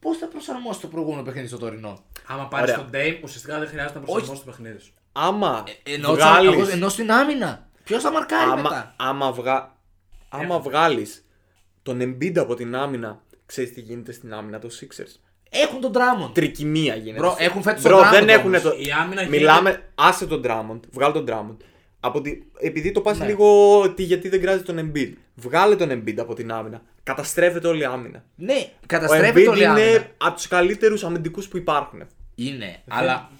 πώ θα προσαρμόσεις το προηγούμενο παιχνίδι στο τωρινό. Άμα πάρεις Ωραία. τον Dame, ουσιαστικά δεν χρειάζεται να προσαρμόσεις το παιχνίδι σου. Άμα. Ενώ, βγάλεις- τσακ- ενώ στην άμυνα. Ποιος θα μαρκάρει άμα, μετά. άμα, βγα... άμα βγάλεις τον Embiid από την άμυνα, ξέρεις τι γίνεται στην άμυνα των Sixers. Έχουν τον Τράμον. Τρικυμία γίνεται. Μπρο, έχουν φέτος Μπρο, τον Drummond δεν όμως. έχουν το... Η άμυνα γίνεται- Μιλάμε, άσε τον Drummond, βγάλε τον Drummond. Από τη... Επειδή το Ναι. πας λίγο ότι γιατί δεν κράζει τον Embiid. Βγάλε τον Embiid από την άμυνα. Καταστρέφεται όλη η άμυνα. Ναι, Ο καταστρέφει το Embiid Λιάννα. είναι από τους καλύτερους αμυντικούς που υπάρχουν. Είναι, αλλά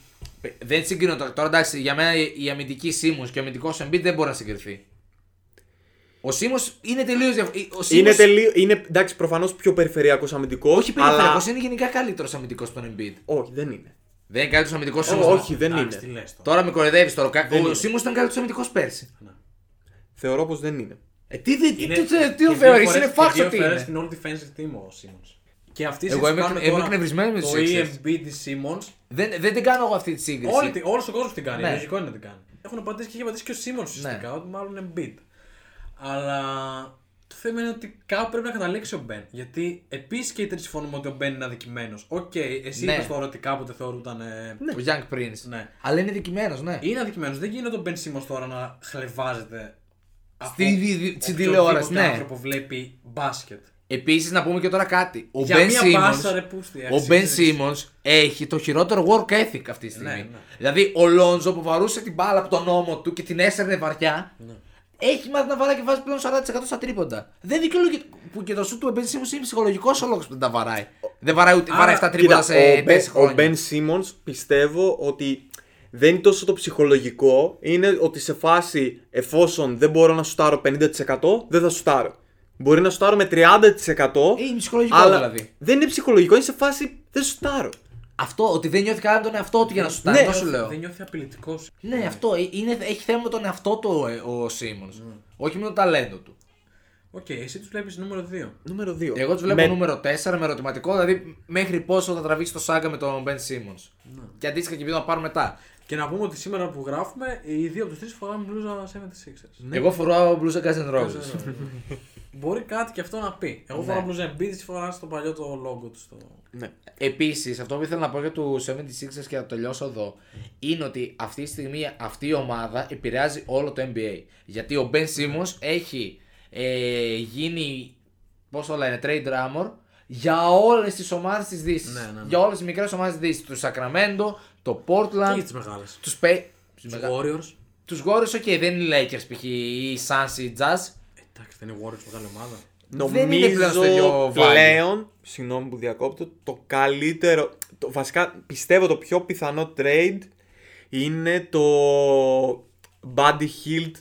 πε- δεν συγκρίνω τώρα. Τώρα εντάξει, για μένα η η αμυντική Σίμω και ο αμυντικός Embiid δεν μπορεί να συγκριθεί. Ο Σίμω είναι τελείως διαφορετικό. Είναι, τελείω... είναι εντάξει, προφανώς πιο περιφερειακός αμυντικός. Όχι αλλά... περιφερειακός, είναι γενικά καλύτερος αμυντικός από τον Embiid. Ε, Όχι, δεν είναι. Δεν είναι καλύτερος αμυντικός Ω, Σίμω. όχι, δεν Εντάξει, είναι. τι λες τώρα. Τώρα με κοροϊδεύεις τώρα. Κα- είναι. Ο Σίμω ήταν καλύτερος αμυντικός πέρσι. Θεωρώ πως δεν είναι. Ε, τι δεν. Τι, Είναι- τι, τι, και τι δύο θεωρείς, φορές- είναι και φάξο δύο ότι φορές είναι. στην All Defensive Team ο Simmons. Και αυτή η Εγώ συζήτηση είμαι- κάνουμε είμαι τώρα, εκνευρισμένος με τους Το E Sixers. EMB τη Simmons. Δεν, δεν την κάνω εγώ αυτή τη σύγκριση. Όλη, τη- όλος ο κόσμος την κάνει. Ναι. Λογικό είναι να την κάνει. Έχουν απαντήσει και έχει απαντήσει και ο Simmons ουσιαστικά. Ότι μάλλον είναι Embiid. Αλλά το θέμα είναι ότι κάπου πρέπει να καταλήξει ο Μπεν. Γιατί επίσης και οι τρεις συμφωνούμε ότι ο Μπεν είναι αδικημένος. Οκ, εσύ Ναι. είπες τώρα ότι κάποτε θεωρούταν. ε, Ο Young Prince. Ναι. Ε- Αλλά είναι δικημένο, ναι. Είναι αδικημένος. Δεν γίνεται ο Μπεν Simmons τώρα να χλεβάζεται. από Στη δι- δι- στην οποιονδήποτε τηλεόραση, ναι. άνθρωπο βλέπει μπάσκετ. Επίσης να πούμε και τώρα κάτι. Ο Για Μπεν μία Simmons, πάσα, ρε, πούστη, ο αξίζει, Ben ρε. Simmons έχει το χειρότερο work ethic αυτή τη στιγμή. Ναι, ναι. Δηλαδή ο Λόντζο που βαρούσε την μπάλα από τον ώμο του και την έσαιρνε βαριά. Ναι. Έχει μάθει να βαράει και βάζει πλέον 40% στα τρίποντα. Δεν δικαιολογείται. Που και το σου του Ben Simmons είναι ψυχολογικός ο λόγο που δεν τα βαράει. Δεν βαράει ούτε βαράει 7 τρίποντα σε ο, 4 ben, ο χρόνια. Ben Simmons πιστεύω ότι δεν είναι τόσο το ψυχολογικό, είναι ότι σε φάση εφόσον δεν μπορώ να σουτάρω 50% δεν θα σουτάρω. Μπορεί να σουτάρω με 30% Είναι ψυχολογικό δηλαδή. δεν είναι ψυχολογικό, είναι σε φάση δεν σουτάρω. Αυτό ότι δεν νιώθει καλά με τον εαυτό του για να σου Ναι. τάξει. σου λέω. Δεν νιώθει απειλητικός. Ναι, αυτό. ε, Είναι, έχει θέμα με τον εαυτό του ε, ο Σίμον. Ναι. Όχι με το ταλέντο του. Οκ, εσύ τους βλέπεις νούμερο 2. Νούμερο 2. Εγώ τους βλέπω νούμερο 4 με ερωτηματικό, δηλαδή μέχρι πόσο θα τραβήξει το σάγκα με τον Μπεν Σίμον. Ναι. Και αντίστοιχα και ποιο θα πάρουν μετά. Και να πούμε ότι σήμερα που γράφουμε, οι δύο από τους τρεις φοράμε μπλούζα 76ers. Εγώ φοράω μπλούζα Guns N' Roses. Μπορεί κάτι και αυτό να πει. Εγώ φοράω μπλούζα Embiid, τη φοράω στο παλιό το λόγο του. Στο... Επίσης, αυτό που ήθελα να πω για του 76ers και θα το τελειώσω εδώ, είναι ότι αυτή τη στιγμή αυτή η ομάδα επηρεάζει όλο το NBA. Γιατί ο Ben Simmons Ναι. έχει ε, γίνει, πώς το λένε, trade armor για όλες τις ομάδες της Δύσης. Ναι, ναι, ναι. Για όλες τις μικρές ομάδες της Δύσης. Του Sacramento, το Portland, Και τις μεγάλες. τους Pay. Τους Warriors. Τους Warriors, οκ, δεν είναι οι Lakers π.χ. ή οι Suns ή οι Jazz. Ε, Εντάξει, δεν είναι Warriors μεγάλη ομάδα. Νομίζω Δεν είναι πλέον στο ίδιο value. πλέον, συγγνώμη που διακόπτω, το καλύτερο, το, βασικά πιστεύω το πιο πιθανό trade είναι το Buddy Hield,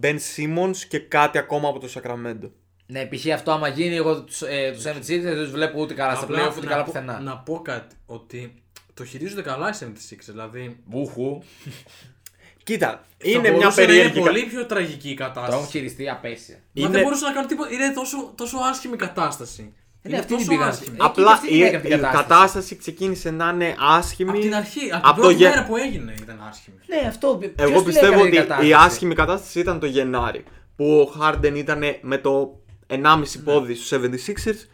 Ben Simmons και κάτι ακόμα από το Sacramento. Ναι, π.χ. αυτό άμα γίνει, εγώ τους ε, τους 76ers δεν τους βλέπω ούτε καλά στα Απλά playoff ούτε καλά πω- πουθενά. Να πω κάτι. Ότι το χειρίζονται καλά οι 76ers. Δηλαδή. Μπουχου. Κοίτα, θα είναι μια μπορούσε να περίεργη... Είναι κα- πολύ πιο τραγική η Το έχουν κατάσταση. χειριστεί απέσια. Μα Είναι- δεν μπορούσαν να κάνουν τίποτα. Είναι τόσο, τόσο άσχημη η κατάσταση. Ναι, αυτή την πήγαν. Ε, και Απλά αυτή η, είναι η η κατάσταση. κατάσταση ξεκίνησε να είναι άσχημη. Από την αρχή, από την Απ' το πρώτη γε- μέρα που έγινε ήταν άσχημη. Ναι, αυτό. ποιος του Εγώ λέει πιστεύω καλή ότι η κατάσταση? άσχημη κατάσταση ήταν το Γενάρη. Που ο Harden ήταν με το 1,5 Ναι. πόδι στους 76ers.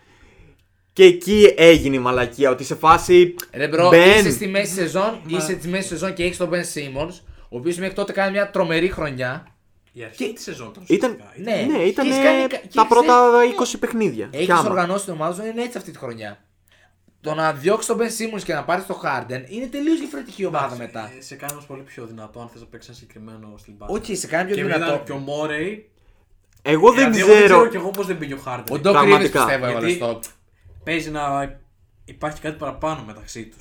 Και εκεί έγινε η μαλακία. Ότι σε φάση. Ρε μπρο, μπεν. είσαι στη μέση σεζόν, είσαι στη μέσης σεζόν και έχεις τον Ben Simmons, ο οποίος μέχρι τότε κάνει μια τρομερή χρονιά. Η αρχή της σεζόν ήταν. Ήταν- ουσιαστικά. Ναι, Ναι, ήταν έχεις κάνει κα- και τα έχεις- πρώτα ναι. 20 παιχνίδια. Έχεις Κι άμα. οργανώσει την ομάδα σου, είναι έτσι αυτή τη χρονιά. Το να διώξεις τον Ben Simmons και να πάρεις τον Harden είναι τελείως διαφορετική ομάδα μετά. Ε, σε κάνει πολύ πιο δυνατό αν θες να παίξεις ένα συγκεκριμένο στην μπάλα. Όχι, σε κάνει πιο και μετά δυνατό. ήταν και ο Μόρεϊ. Εγώ δεν Δηλαδή, εγώ ξέρω. και εγώ πώς δεν πήγε ο Χάρντερ. Ο Doc Rivers Πραγματικά. πιστεύω έβαλε Γιατί- στο. Παίζει να υπάρχει κάτι παραπάνω μεταξύ τους.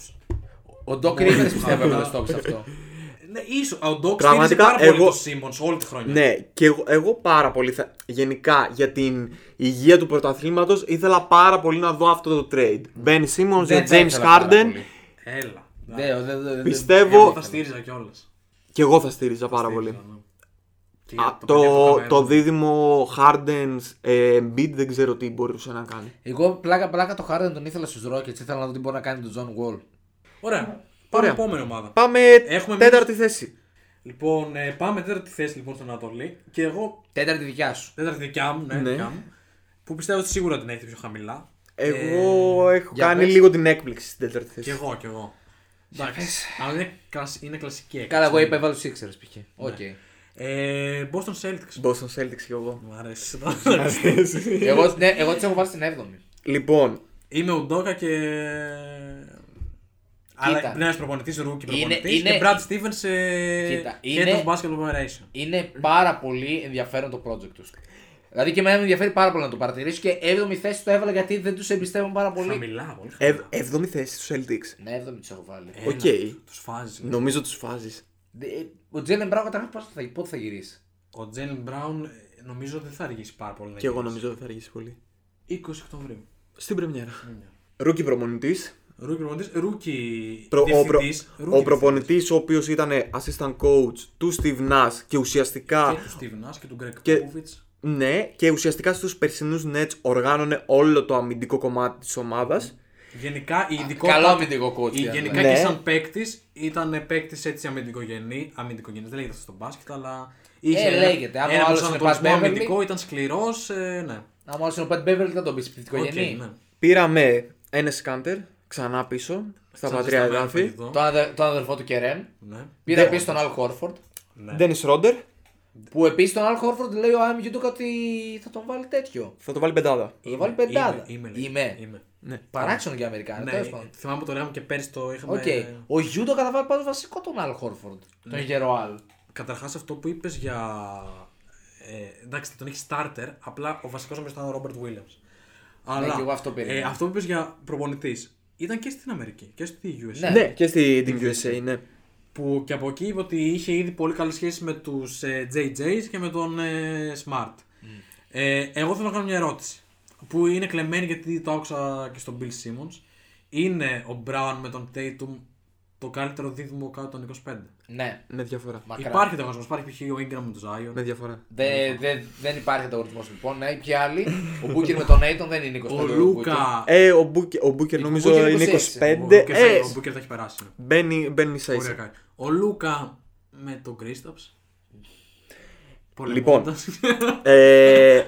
Ο Doc Rivers πιστεύω Μπορεί. έβαλε στο σε αυτό. Ναι, ίσως. Ο Ντόξ Πραγματικά, στήριζε πάρα πολύ εγώ- τον Σίμον όλη τη χρονιά. Ναι, και εγώ, εγώ πάρα πολύ. Θα... Γενικά για την υγεία του πρωταθλήματος ήθελα πάρα πολύ να δω αυτό το trade. Ben Simmons Ναι. Δεν και τα James ήθελα πάρα Harden. πολύ. Έλα. Ναι, ο- δε- δε- δε- Πιστεύω- Εγώ θα στήριζα κιόλας. Και εγώ θα στήριζα πάρα πολύ. Α, το, το, δίδυμο Harden ε, Embiid δεν ξέρω τι μπορούσε να κάνει. Εγώ πλάκα πλάκα το Harden τον ήθελα στους Rockets, ήθελα να δω τι μπορεί να κάνει τον John Wall. Ωραία. Πάμε Ωραία. επόμενη ομάδα. Πάμε Έχουμε τέταρτη θέση. Λοιπόν, ε, πάμε τέταρτη θέση λοιπόν στον Ανατολή. Και εγώ Τέταρτη δικιά σου. τέταρτη δικιά μου, ναι, Ναι. δικιά μου. Που πιστεύω ότι σίγουρα την έχετε πιο χαμηλά. Εγώ έχω για κάνει πες. λίγο την έκπληξη στην τέταρτη θέση. Ε, Κι εγώ, κι εγώ. Εντάξει. Αλλά είναι, κλασ- είναι κλασική έκθεση. Καλά, εγώ είπα έβαλε του Sixers π.χ. Οκ. Ε, Boston Celtics. Boston Celtics κι εγώ. Μ' αρέσει. το- Εγώ, ναι, εγώ τις έχω βάλει στην 7η. λοιπόν, Είμαι ο Ντόκα και. Αλλά πρέπει να είσαι προπονητής, ρούκι προπονητής. είναι- Και Brad Stevens. ε, Κοίτα, Head είναι- of Basketball Operation. Είναι πάρα πολύ ενδιαφέρον το project τους. Δηλαδή και εμένα με ενδιαφέρει πάρα πολύ να το παρατηρήσω και 7η θέση το έβαλα γιατί δεν τους εμπιστεύω πάρα πολύ. Χαμηλά, πολύ ευ, χαμηλά. έβδομη θέση του Celtics. Ναι, 7η τους έχω βάλει. Ε, Οκ. Τους φάζεις. Νομίζω τους φάζεις. Ε, Ο Τζέλεν Μπράουν καταρχάς πότε θα, πότε θα γυρίσει. Ο Τζέλιν Μπράουν ε, νομίζω δεν θα αργήσει πάρα πολύ. να Και εγώ γυρίσει. νομίζω δεν θα αργήσει πολύ. 20 Οκτωβρίου. Στην πρεμιέρα. Ναι. Ρούκι προπονητής. Ρούκι προπονητής. Ρούκι. Προ- ο, προ- διευθυντής, ο ρούκι προπονητής ο οποίος ήταν ε, assistant coach του Steve Nash και ουσιαστικά Και του Στίβεν Νας και του Γκρέκ Και- Πόποβιτ. Ναι, και ουσιαστικά στους περσινούς Nets οργάνωνε όλο το αμυντικό κομμάτι της ομάδας. Γενικά η ειδικότητα. Καλό αμυντικό η- κότσι. Γενικά Ναι. και σαν παίκτης ήταν παίκτης έτσι αμυντικογενή. Αμυντικογενής δεν λέγεται αυτό στο μπάσκετ, αλλά. Είχε ένα- Ε, λέγεται. Άμα Ένα ο άλλος προσανατολισμό είναι Pat Beverly- αμυντικό, ήταν σκληρός. Ε, ναι. Να μάλλον ο Πέτ Μπέβερλ θα τον πεις Οκ, σπιτικογενή. ναι. Πήραμε ένα σκάντερ ξανά πίσω στα Σαν πατρία ζεσταμένο εδάφη. φαγητό. Τον αδε- τον αδερφό του Κερέμ. Ναι. Πήρα πίσω τον Αλ Χόρφορντ. Ντένι Ρόντερ. Που επίσης τον Al Horford λέει ο Άμι Γιούντοκ ότι θα τον βάλει τέτοιο. Θα το βάλει πεντάδα. Θα τον βάλει πεντάδα. Ναι, Είμαι. Είμαι. λέει. Παράξενο για Αμερικάνο. Ναι, τέλος πάντων. θυμάμαι που το λέγαμε και πέρσι το είχαμε. Οκ. Ο Γιούντοκ θα βάλει πάντως βασικό τον Al Horford. Ναι. Τον γερό Al. Καταρχάς αυτό που είπες για... Ε, εντάξει, τον έχει starter, απλά ο βασικός μας ήταν ο Ρόμπερτ Williams. Αλλά, Ναι, και εγώ αυτό περίμενα. ε, αυτό που είπες για προπονητής, ήταν και στην Αμερική και στη USA. Ναι. Ναι, και στην USA, ναι. Που και από εκεί είπε ότι είχε ήδη πολύ καλή σχέση με τους ε, JJs και με τον ε, Smart. Ε, εγώ θέλω να κάνω μια ερώτηση που είναι κλεμμένη γιατί το άκουσα και στον Bill Simmons. Είναι ο Brown με τον Tatum το καλύτερο δίδυμο κάτω των 25. Ναι. Με διαφορά. Μακρά. Υπάρχει το υπάρχει π.χ. ο Ingram με τον Zion. Με διαφορά. Ναι, λοιπόν. Δε, δε, δεν υπάρχει ανταγωνισμό λοιπόν. Ναι, και άλλοι. Ο Μπούκερ με τον Νέιτον δεν είναι 25. Ο Booker. Λούκα. Ε, ο Μπούκερ, ο Μπούκερ νομίζω Booker 26. είναι 25. Ο Booker- Ε, Ο Μπούκερ τα έχει περάσει. ναι. μπαίνει, μπαίνει σε Ωραία ίσα. κάνει. Ο Λούκα με τον Κρίσταψ. (laughs) Λοιπόν. Ε,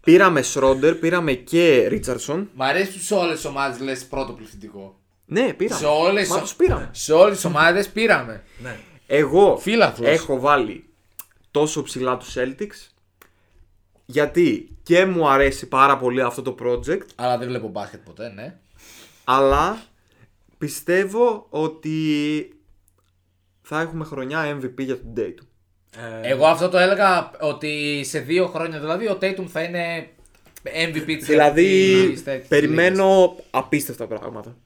πήραμε Σρόντερ, πήραμε και Ρίτσαρσον. Μ' αρέσει που σε όλες τις ομάδες λες πρώτο πληθυντικό. Ναι, πήραμε. Σε όλες Μα τους πήραμε. Σε όλες τις ομάδες πήραμε. ναι. Εγώ Φύλαθλος. έχω βάλει τόσο ψηλά τους Celtics γιατί και μου αρέσει πάρα πολύ αυτό το project Αλλά δεν βλέπω μπάσκετ ποτέ, ναι. αλλά πιστεύω ότι θα έχουμε χρονιά MVP για τον Dayton. Ε, Εγώ αυτό το έλεγα ότι σε δύο χρόνια δηλαδή ο Tatum θα είναι MVP της Δηλαδή Ναι, περιμένω απίστευτα πράγματα.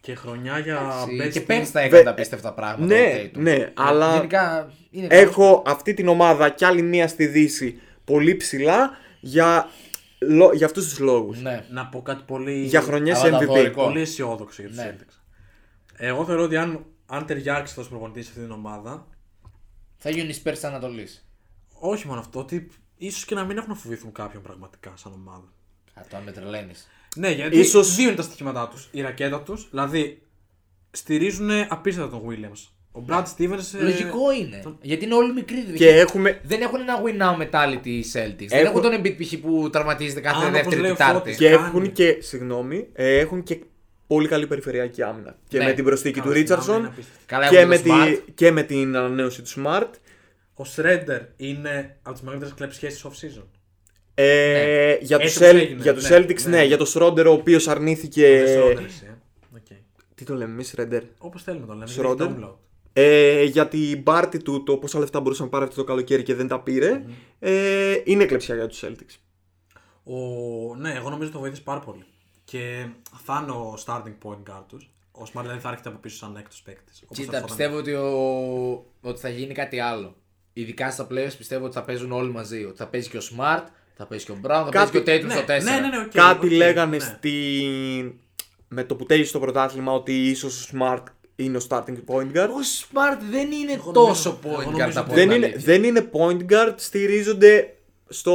και χρονιά για best Και team. πέρσι τα έκανε Βε- τα απίστευτα πράγματα. ο ναι, Tatum. ναι, αλλά Γενικά είναι έχω αυτή την ομάδα κι άλλη μία στη Δύση πολύ ψηλά για, λο- για αυτούς τους λόγους. καλός. Ναι. Να πω κάτι πολύ. Για χρονιές Αλλά τα MVP. δωρικό. Πολύ αισιόδοξο για τους Ναι. Celtics. Εγώ θεωρώ ότι αν, αν ταιριάξει αυτός προπονητής σε αυτή την ομάδα, Θα γίνουν οι Spurs της Ανατολής. όχι μόνο αυτό, ότι ίσως και να μην έχουν να φοβηθούν κάποιον πραγματικά σαν ομάδα. Αυτό αν με τρελαίνεις. Ναι, γιατί Ίσως- δύο είναι τα στοιχήματά τους. Η ρακέτα τους, δηλαδή στηρίζουν απίστευτα τον Williams. Ο Brad Ναι. Stevens. ε, Λογικό είναι. Γιατί είναι όλοι μικροί. δηλαδή. Και έχουμε, Δεν έχουν ένα win now mentality οι Celtics. Δεν Έχω- έχουν τον Embiid π.χ. που τραυματίζεται κάθε Άμα, όπως δεύτερη λέει ο Τετάρτη. Φώτης. Και κάνει. έχουν και, συγγνώμη, ε, έχουν και πολύ καλή περιφερειακή άμυνα. Και Ναι. με την προσθήκη του Καλά, στην άμυνα είναι Ρίτσαρσον απίστευτη. Καλά, και, έχουν με τον Smart. τη, και με την ανανέωση του Smart. Ο Σρέντερ είναι από τις μεγαλύτερες κλέψεις σχέσει off season. Ε, Για τους, Ναι. Έτσι όπως Celtics- έγινε. για τους Ναι, Celtics, ναι. ναι. Για τον Σρόντερ, ο οποίος αρνήθηκε... Okay. Τι το λέμε εμείς, Σρόντερ. Όπω ε. θέλουμε το λέμε. Schroeder. Schroeder. Ε, για την πάρτη του, το πόσα λεφτά μπορούσε να πάρει αυτό το καλοκαίρι και δεν τα πηρε Mm-hmm. ε, είναι κλεψιά για τους Celtics. Ο... Ναι, εγώ νομίζω το βοήθησε πάρα πολύ. Και θα είναι ο starting point guard τους. Ο Smart δηλαδή θα έρχεται από πίσω σαν έκτος παίκτης. Κοίτα, πιστεύω ότι, ο... ότι θα γίνει κάτι άλλο. Ειδικά στα players πιστεύω ότι θα παίζουν όλοι μαζί. Ότι θα παίζει και ο Smart, θα παίζει και ο Brown, θα Κάτι- παίζει και ο ναι, Tatum στο 4. ναι, ναι, ναι, οκ, Κάτι οκ, λέγανε ναι. στην- με το που τέλειωσε το πρωτάθλημα ότι ίσως ο Smart είναι ο starting point guard. Ο Smart δεν είναι Εγώ τόσο νομίζω- εγώ point guard νομίζω από ότι δεν την είναι, αλήθεια. δεν είναι point guard, στηρίζονται στο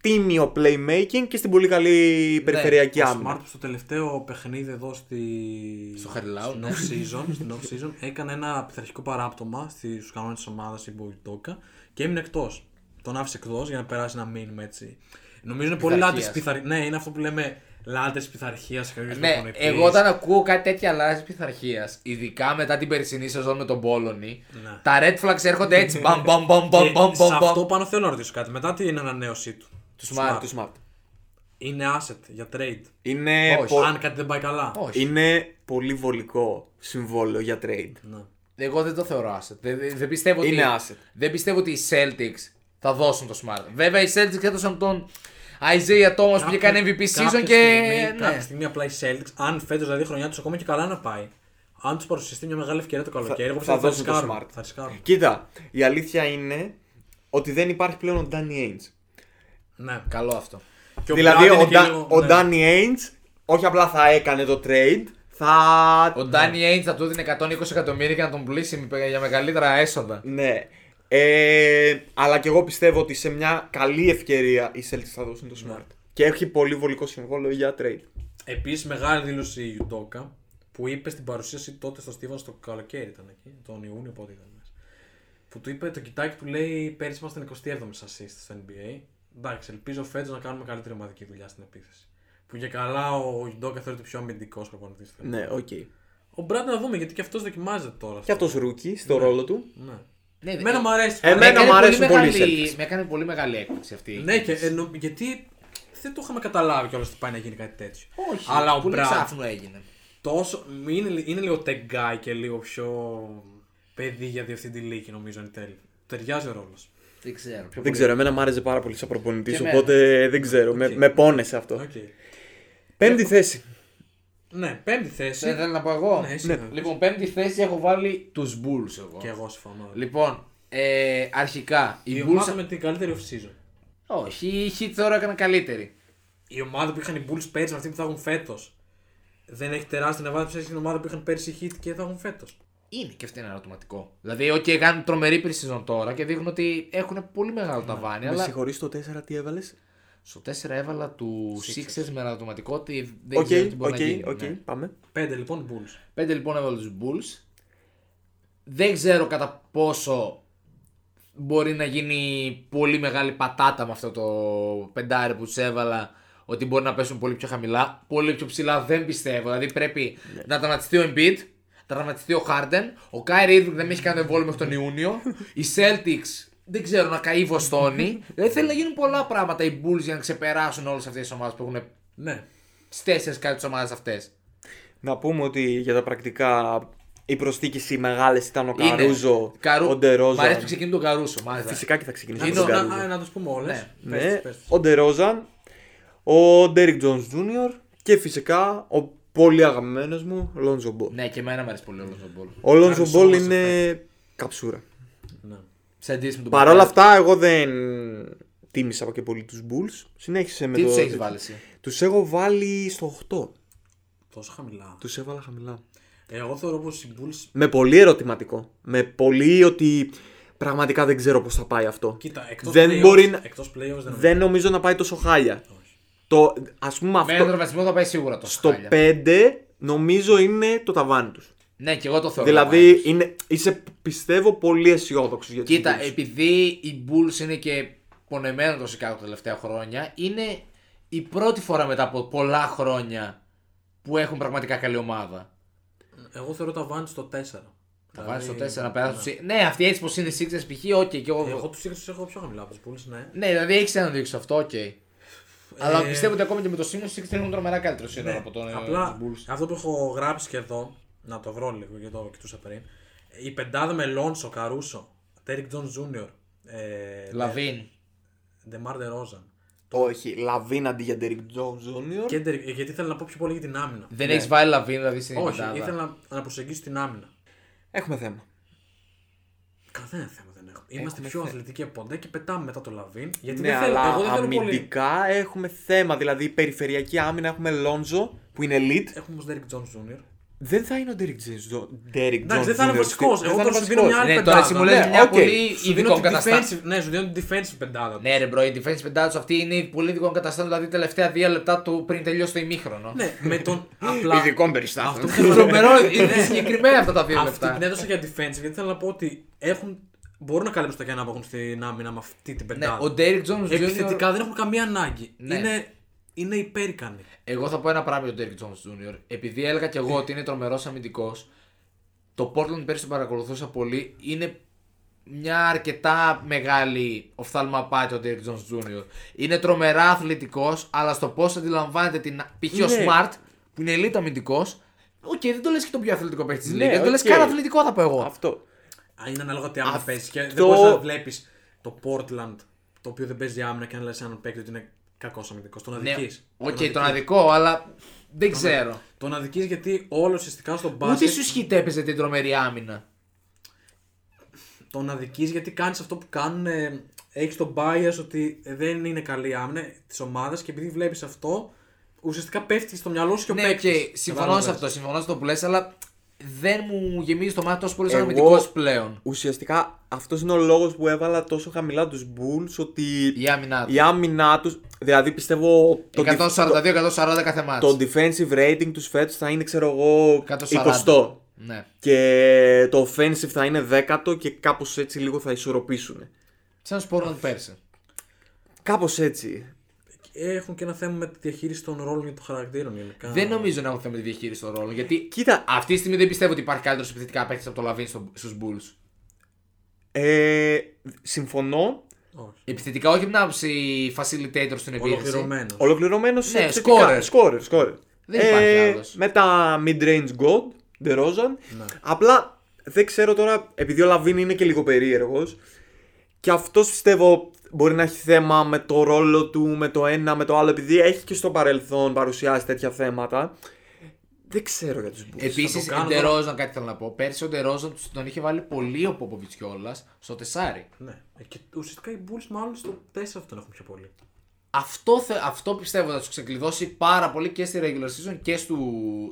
τίμιο playmaking και στην πολύ καλή περιφερειακή Ναι, Ο άμυνα. Smart στο τελευταίο παιχνίδι εδώ στη... Στο Χαριλάου, στην ναι. off season, στην off season έκανε ένα πειθαρχικό παράπτωμα στους κανόνες της ομάδας η Μποϊτόκα και έμεινε εκτός. Τον άφησε εκτός για να περάσει ένα μήνυμα έτσι. Νομίζω είναι πολύ λάτρε τη Πειθαρχίας. πειθαρχία. Ναι, είναι αυτό που λέμε λάτρε τη πειθαρχία. Ναι, εγώ όταν ακούω κάτι τέτοια λάθη πειθαρχίας, ειδικά μετά την περσινή σεζόν με τον Πόλωνη, Ναι. τα red flags έρχονται (laughs) έτσι. Μπαμ, μπαμ, μπαμ, μπαμ, μπαμ, Ε, Σε μπαμ, αυτό μπαμ. πάνω θέλω να ρωτήσω κάτι. Μετά την ανανέωσή του. Του Smart. Του Smart. Είναι asset για trade. Είναι, Όχι. πο- Αν κάτι δεν πάει καλά. Όχι. είναι πολύ βολικό συμβόλαιο για trade. Ναι. Εγώ δεν το θεωρώ asset. Δεν, δεν- δεν πιστεύω ότι, Είναι asset. Δεν πιστεύω ότι οι Celtics θα δώσουν το Smart. Βέβαια οι Celtics έδωσαν τον Isaiah Thomas που είχε κάνει MVP κάποια season και. Στιγμή, ναι. Κάποια στιγμή απλά οι Celtics, αν φέτος δηλαδή η χρονιά τους ακόμα και καλά να πάει, αν τους παρουσιαστεί μια μεγάλη ευκαιρία το καλοκαίρι, Ε, εγώ πιστεύω δώσουν το ρισκάρουν, smart. Θα ρισκάρουν. Κοίτα, η αλήθεια είναι ότι δεν υπάρχει πλέον ο Danny Ainge. Ναι. Καλό αυτό. Και Brad δηλαδή είναι ο, και Dan- λίγο- ο ναι. Danny Ainge όχι απλά θα έκανε το trade, θα... Ο Danny Ainge θα του έδινε 120 εκατομμύρια για να τον πουλήσει με- για μεγαλύτερα έσοδα. Ναι. Ε, αλλά και εγώ πιστεύω ότι σε μια καλή ευκαιρία οι Celtics θα δώσουν το Smart. Και έχει πολύ βολικό συμβόλαιο για trade. Επίσης μεγάλη δήλωση η Ιουντόκα που είπε στην παρουσίαση τότε στο Στίβαν στο καλοκαίρι ήταν εκεί, τον Ιούνιο πότε ήταν μέσα. Που του είπε το κοιτάκι του λέει πέρυσι ήμασταν 27η assist στο NBA. Εντάξει, ελπίζω φέτος να κάνουμε καλύτερη ομαδική δουλειά στην επίθεση. Που για καλά ο Ιουντόκα θεωρείται πιο αμυντικός προπονητής. Ναι, οκ. Ο Μπραντ να δούμε γιατί και αυτός δοκιμάζεται τώρα. Και αυτό ρούκι στο ρόλο του. Ναι. Ναι, Εμένα ε, μου αρέσει. Εμένα έκανε μου αρέσουν πολύ οι μεγάλη, Celtics. Με έκανε πολύ μεγάλη έκπληξη αυτή. η Ναι, και, κίνηση. ε, νο- γιατί δεν το είχαμε καταλάβει κιόλας ότι πάει να γίνει κάτι τέτοιο. Όχι, Αλλά ο πολύ Μπράουν ξάφνου έγινε. τόσο. Είναι, είναι λίγο τεγκάι και λίγο πιο παιδί για διευθυντή λύκη, νομίζω εν τέλει. Ταιριάζει ο ρόλος. Δεν ξέρω. πιο Δεν πολύ. ξέρω, εμένα μου άρεσε πάρα πολύ σαν προπονητής, Και οπότε δεν ξέρω. Με, Οκ. με πόνεσε αυτό. Okay. Πέμπτη θέση. Ναι, πέμπτη Ε, Δεν θέση. θέλω να πω εγώ. Ναι, εσύ ναι. Λοιπόν, πέμπτη θέση έχω βάλει τους Bulls εγώ. Και εγώ συμφωνώ. Λοιπόν, ε, αρχικά Η οι ομάδα Bulls. με την καλύτερη off-season. Όχι, οι Heat θεωρώ έκαναν καλύτερη. Η ομάδα που είχαν οι Bulls πέρσι με αυτή που θα έχουν φέτος. Δεν έχει τεράστια αναβάθμιση σε σχέση με την ομάδα που είχαν πέρσι οι Heat και θα έχουν φέτος. Είναι και αυτό είναι ερωτηματικό. Δηλαδή, OK, κάνουν τρομερή pre-season τώρα και δείχνουν ότι έχουν πολύ μεγάλο ταβάνι. Ναι, Με αλλά συγχωρείς το 4, τι έβαλες. στο 4 έβαλα του Sixers με ερωτηματικό ότι δεν Οκ, ξέρω τι μπορεί οκ, να γίνει. οκ, ναι. πάμε. Πέντε λοιπόν Bulls. Πέντε λοιπόν έβαλα τους Bulls. Δεν ξέρω κατά πόσο μπορεί να γίνει πολύ μεγάλη πατάτα με αυτό το πεντάρι που τους έβαλα ότι μπορεί να πέσουν πολύ πιο χαμηλά. Πολύ πιο ψηλά δεν πιστεύω. Δηλαδή πρέπει να τραυματιστεί ο Embiid, να τραυματιστεί ο Harden, ο Kyrie Irving δεν με έχει κάνει εμβόλιο μέχρι τον Ιούνιο, οι Celtics δεν ξέρω να καεί η Βοστόνη. δηλαδή θέλει να γίνουν πολλά πράγματα οι Bulls για να ξεπεράσουν όλες αυτές τις ομάδες που έχουν Ναι. στις τέσσερις κάτι τις ομάδες αυτές. Να πούμε ότι για τα πρακτικά η προστίκηση μεγάλες ήταν ο Είναι. Καρούζο, Καρού- ο Ντερόζαν. Μ' αρέσει που ξεκινούν τον Καρούσο. Μάλιστα. Φυσικά και θα ξεκινήσουμε Να, τον τους- να, Καρούζο. α, να τους πούμε όλες. Ναι. Ναι, ο Ντερόζαν, ο Ντέρικ Τζόνς Τζούνιορ και φυσικά ο πολύ αγαπημένος μου Λόντζο Μπολ. Ναι, και εμένα μου αρέσει πολύ ο Lonzo Ball. Ο Λόντζο Άρεσε Μπολ όλος είναι καψούρα. Ναι. Σε αντίθεση με τον Παρ' όλα Παπαδόπουλο. αυτά, εγώ δεν τίμησα και πολύ τους Bulls. Συνέχισε με Τι το... τους έχεις βάλει εσύ. Τους έχω βάλει στο 8. Τόσο χαμηλά. Τους έβαλα χαμηλά. Εγώ θεωρώ πως οι Bulls. Με πολύ ερωτηματικό. Με πολύ ότι πραγματικά δεν ξέρω πώς θα πάει αυτό. Κοίτα, εκτός δεν playoffs, μπορεί να... εκτός playoffs δεν, Δεν νομίζω να πάει τόσο χάλια. Το, ας πούμε Με έναν αυτό, τραυματισμό θα πάει σίγουρα το στο 5 νομίζω είναι το ταβάνι τους. Ναι, και εγώ το θεωρώ. Δηλαδή είναι, είσαι πιστεύω πολύ αισιόδοξος για τους Κοίτα, Bulls. επειδή οι Bulls είναι και πονεμένο το Σικάγο τα τελευταία χρόνια, είναι η πρώτη φορά μετά από πολλά χρόνια που έχουν πραγματικά καλή ομάδα. Εγώ θεωρώ τα βάνη στο Δηλαδή, 4. Θα βάλει στο 4 να περάσουν. Ναι, ναι αυτοί έτσι πως είναι οι Sixers π.χ. Οκ, και εγώ. Εγώ τους Sixers έχω πιο χαμηλά από του Bulls, ναι. Ναι, δηλαδή έχεις ένα δείξεις αυτό, οκ. Αλλά Ε, πιστεύω ότι ακόμα και με το σύνολο οι Sixers έχουν τρομερά καλύτερο σύνολο Ναι, από τον ε, Απλά τους Bulls. αυτό που έχω γράψει και εδώ, να το βρω λίγο γιατί το κοιτούσα πριν. Η πεντάδα με Λόνσο, Καρούσο, Τέρικ Τζον Τζούνιορ, ε, Λαβίν. Ντεμάρ Ντερόζαν. Όχι, Λαβίν αντί για Derek Jones Jr. Και Derrick- ε, Γιατί ήθελα να πω πιο πολύ για την άμυνα. Δεν έχεις βάλει Λαβίν, δηλαδή στην Όχι, Ελλάδα. ήθελα να- να προσεγγίσω την άμυνα. Έχουμε θέμα. Κανένα θέμα δεν έχουμε. Είμαστε πιο αθλητικοί από ποτέ και πετάμε μετά το Λαβίν. Γιατί Ναι, δεν θέλω, αλλά εγώ δεν θέλω πολύ. αμυντικά έχουμε θέμα. Δηλαδή, η περιφερειακή άμυνα έχουμε Λόντζο που είναι elite. Έχουμε όμως Derek Jones Jr. Δεν θα είναι ο Derek Jones. Derek Εντάξει, δεν θα Jones είναι Jr. βασικός. Δεν Εγώ θα τώρα είναι σου δίνω μια άλλη Ναι, πεντάδα. τώρα εσύ μου λες ναι, μια οκ. πολύ Σου δίνω ειδικών την καταστάσεων. defensive- Ναι, σου δίνω την defensive πεντάδα. Ναι, ρε μπρο, η defensive πεντάδα του αυτή είναι η πολύ ειδικών καταστάσεων, δηλαδή τελευταία δύο λεπτά του πριν τελειώσει το ημίχρονο. Ναι, με τον. Απλά. Ειδικών περιστάσεων. Αυτό που θέλω να πω- Τρομερό, είναι συγκεκριμένα αυτά τα δύο Αυτή λεπτά. την έδωσα για defense γιατί θέλω να πω ότι έχουν, μπορούν να καλύψουν τα κενά που έχουν στην άμυνα με αυτή την Ναι, πεντάδα. ο Derrick Jones Jr. Επιθετικά δεν έχουν καμία ανάγκη. Ναι. Είναι, είναι υπέρικανοι. Εγώ θα πω ένα πράγμα για τον Derrick Jones Jr. Επειδή έλεγα και εγώ ότι είναι τρομερός αμυντικός, το Portland πέρυσι τον παρακολουθούσα πολύ. Είναι μια αρκετά μεγάλη οφθαλμαπάτη ο Derrick Jones Jr. Είναι τρομερά αθλητικός, αλλά στο πώς αντιλαμβάνεται την. π.χ. ο Ναι. Smart, που είναι elite αμυντικός. Οκ, δεν το λες και τον πιο αθλητικό παίχτη της Ναι, Λίγκα. Δεν το λε οκ. καν αθλητικό, θα πω εγώ. Αυτό. Α, Είναι ανάλογα τι άμυνα Αυτό- παίζεις. Και δεν μπορείς να βλέπεις το Portland το οποίο δεν παίζει άμυνα και αν λες έναν παίκτη ότι είναι κακός αμυντικός. Τον Ναι, αδική. οκ, τον αδικό, αλλά δεν ξέρω. Τον αδική γιατί όλο ουσιαστικά στον Ούτε μπάσκετ. σου σχητέπεζε την τρομερή άμυνα. Τον αδική γιατί κάνεις αυτό που κάνουν. Έχεις τον bias ότι δεν είναι καλή η άμυνα της ομάδας και επειδή βλέπεις αυτό. Ουσιαστικά πέφτεις στο μυαλό σου και ο Ναι, παίκτης. και συμφωνώ σε Κατάλαβες. αυτό, συμφωνώ σε αυτό που λες, αλλά δεν μου γεμίζει το μάτι τόσο πολύ σαν Εγώ- αμυντικός πλέον. Ουσιαστικά αυτός είναι ο λόγος που έβαλα τόσο χαμηλά τους Bulls ότι Η άμυνά τους. η άμυνά τους. Δηλαδή πιστεύω. το dif- το- 142-140 κάθε μάτι. Το defensive rating τους φέτο θα είναι, ξέρω εγώ, 20. Ναι. Και το offensive θα είναι δέκατο και κάπως έτσι λίγο θα ισορροπήσουν. Σαν σπόρο του πέρσι. Κάπως έτσι. Έχουν και ένα θέμα με τη διαχείριση των ρόλων και των χαρακτήρων γενικά. Δεν νομίζω να έχω θέμα με τη διαχείριση των ρόλων. Γιατί Κοίτα, αυτή τη στιγμή δεν πιστεύω ότι υπάρχει καλύτερος επιθετικά παίκτης από το Λαβίν στους Bulls. Ε, συμφωνώ. Όχι. Επιθετικά, όχι από την άποψη facilitator στην επίθεση. Ολοκληρωμένος. Ολοκληρωμένος Ναι, scorer. Σκόρερ, σκόρερ. Ε, Δεν υπάρχει άλλος. Ναι. Με τα mid-range gold, The Απλά δεν ξέρω τώρα, επειδή ο Λαβίν είναι και λίγο περίεργος. Και αυτός πιστεύω μπορεί να έχει θέμα με το ρόλο του, με το ένα, με το άλλο. Επειδή έχει και στο παρελθόν παρουσιάσει τέτοια θέματα. Δεν ξέρω για τους Bulls. Επίσης, Θα το κάνω Ντερόζαν, κάτι θέλω να πω. Πέρσι ο Ντερόζαν τον είχε βάλει πολύ ο Πόποβιτ κιόλας στο τεσάρι. Ναι. Ε, Και ουσιαστικά οι Bulls μάλλον στο 4 τον έχουν πιο πολύ. Αυτό, θε- αυτό πιστεύω θα τους ξεκλειδώσει πάρα πολύ και στη regular season και, στου,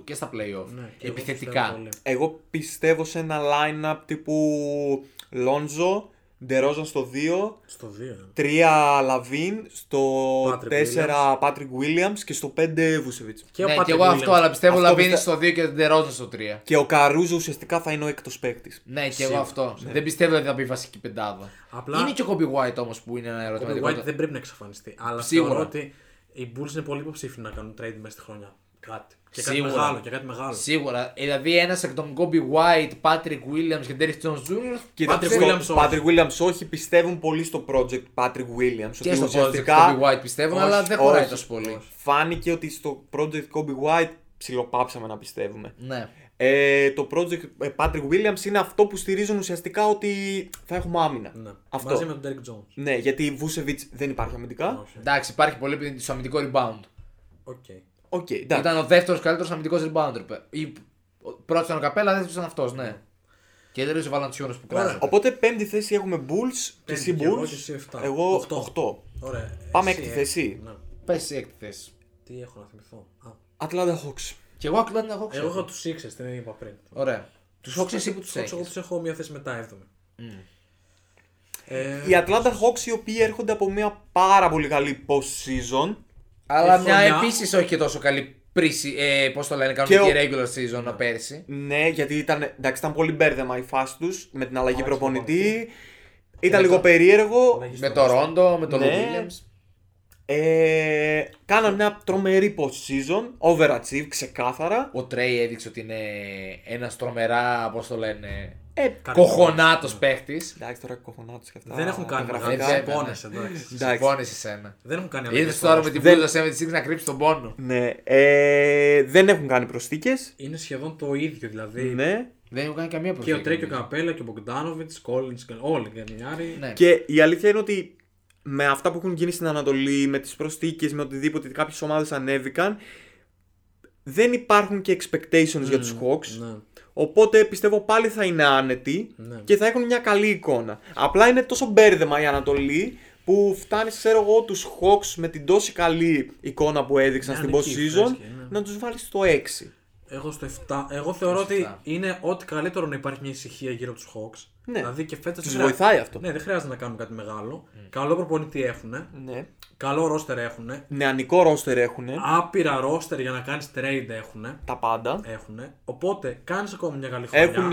και στα playoff. Ναι, και εγώ πιστεύω επιθετικά. πολύ. Εγώ πιστεύω σε ένα line-up τύπου Λόντζο, Ντερόζαν στο 2, Στο ναι. 2. 3 Λαβίν, στο Patrick 4 Patrick Williams και στο 5 Vucevic. ναι, Patrick και εγώ αυτό, Williams. αλλά πιστεύω Αυτό Λαβίνη πιστε- στο 2 και Ντερόζαν στο 3. Και ο Καρούζο ουσιαστικά θα είναι ο έκτος παίκτης. Ναι, και εγώ αυτό. Δεν πιστεύω ότι θα μπει βασική πεντάδα. Απλά- Είναι και ο Κόμπι White όμως που είναι ένα Ο Kobe ερωτηματικό. White δεν πρέπει να εξαφανιστεί. Αλλά Σίγουρα. θεωρώ ότι οι Bulls είναι πολύ υποψήφοι να κάνουν trade μέσα στη χρονιά. Κάτι. Και κάτι Σίγουρα. μεγάλο. Και κάτι μεγάλο. Σίγουρα. Ε, Δηλαδή ένας εκ των Κόμπι White, Patrick Williams και Derrick Jones Jr. Κοίταξε, Patrick Williams όχι. στο- Patrick Williams όχι, πιστεύουν πολύ στο project Patrick Williams. Και στο project ουσιαστικά Kobe White πιστεύω, όχι, αλλά δεν χωράει όχι, τόσο πολύ. φάνηκε ότι στο project Kobe White ψιλοπάψαμε να πιστεύουμε. Ναι. Ε, το project ε, Patrick Williams είναι αυτό που στηρίζουν ουσιαστικά ότι θα έχουμε άμυνα. Ναι. Αυτό. Μαζί με τον Derek Jones. Ναι, γιατί Vucevic δεν υπάρχει αμυντικά. Όχι. Εντάξει, υπάρχει πολύ επειδή στο αμυντικό rebound. Οκ. Οκ, εντάξει. Ήταν ο δεύτερος καλύτερος αμυντικός rebounder. πε- Ή... ο- Πρώτος ήταν ο Καπέλα, δεύτερος ήταν αυτός, ναι. Και δεν ο Βαλαντσιόνο που Ωραία. κράζει. Οπότε πέμπτη θέση έχουμε Bulls και Πέμπτη, εσύ και εγώ Bulls. και εσύ εφτά. Εγώ Οκτώ. 8. Ωραία. Πάμε Εσύ, έκτη ε. θέση. Ναι. Πες η έκτη θέση. Τι έχω να θυμηθώ. Α, Atlanta Hawks. Και εγώ Atlanta εγώ έχω είχα ξέρω. του Sixers, την είπα πριν. Ωραία. Τους Hawks εσύ που τους Εγώ έχεις. τους έχω μία θέση μετά 7η. Οι Atlanta Hawks οι οποίοι έρχονται από μια πάρα πολύ καλή post-season Αλλά Η μια χρονιά- επίσης όχι και τόσο καλή πρίση, ε, πώς το λένε, Και κανονική ο- regular season από πέρσι. Ναι, γιατί ήταν, εντάξει, ήταν πολύ μπέρδεμα η φάση τους με την αλλαγή προπονητή. Ήταν λίγο το- περίεργο. Με το Ρόντο, με τον Ναι. Williams. Ε, κάναν μια τρομερή post-season, overachieve ξεκάθαρα. Ο Τρέι έδειξε ότι είναι ένας τρομερά, πώς το λένε, Ε, κοχονάτο παίχτης. εντάξει, τώρα κοχωνάτους και αυτά. Δεν έχουν κάνει τα μεγάλα. γραφικά. βέβαια, Πόνεσαι, εντάξει. Εντάξει. Συμφώνησε σένα. Δεν έχουν κάνει Είδες αλλαγές ναι. τώρα με τώρα. την Δεν- πούλα 76 να κρύψεις τον πόνο. Ναι, ε, δεν έχουν κάνει προσθήκες. Είναι σχεδόν το ίδιο δηλαδή. Ναι. Δεν έχουν κάνει καμία Και προσοχή. ο Τρέι και ο Καπέλα και ο Μπογκδάνοβιτ, Κόλλιν, όλοι γκανιάρι. Ναι. Και η αλήθεια είναι ότι με αυτά που έχουν γίνει στην Ανατολή, με τις προσθήκες, με οτιδήποτε, κάποιες ομάδες ανέβηκαν, δεν υπάρχουν και expectations για τους Hawks. Ναι. Οπότε πιστεύω πάλι θα είναι άνετοι Ναι. και θα έχουν μια καλή εικόνα. Απλά είναι τόσο μπέρδεμα η Ανατολή που φτάνεις, ξέρω εγώ, τους Hawks με την τόση καλή εικόνα που έδειξαν Ναι, στην ναι, post εκεί, season φρέσκη, ναι. να τους βάλεις στο 6. Εγώ στο 7. Εγώ θεωρώ Στο ότι εφτά. είναι ό,τι καλύτερο να υπάρχει μια ησυχία γύρω από τους Hawks. Ναι. Δηλαδή και φέτος. Τους βοηθάει αυτό. Ναι, δεν χρειάζεται να κάνουν κάτι μεγάλο. Καλό προπονητή έχουν. Ναι. Καλό ρόστερ έχουν. Νεανικό ρόστερ έχουν. Άπειρα ρόστερ για να κάνεις trade έχουν. Τα πάντα. Έχουνε. Οπότε κάνεις ακόμα μια καλή χρονιά. Έχουν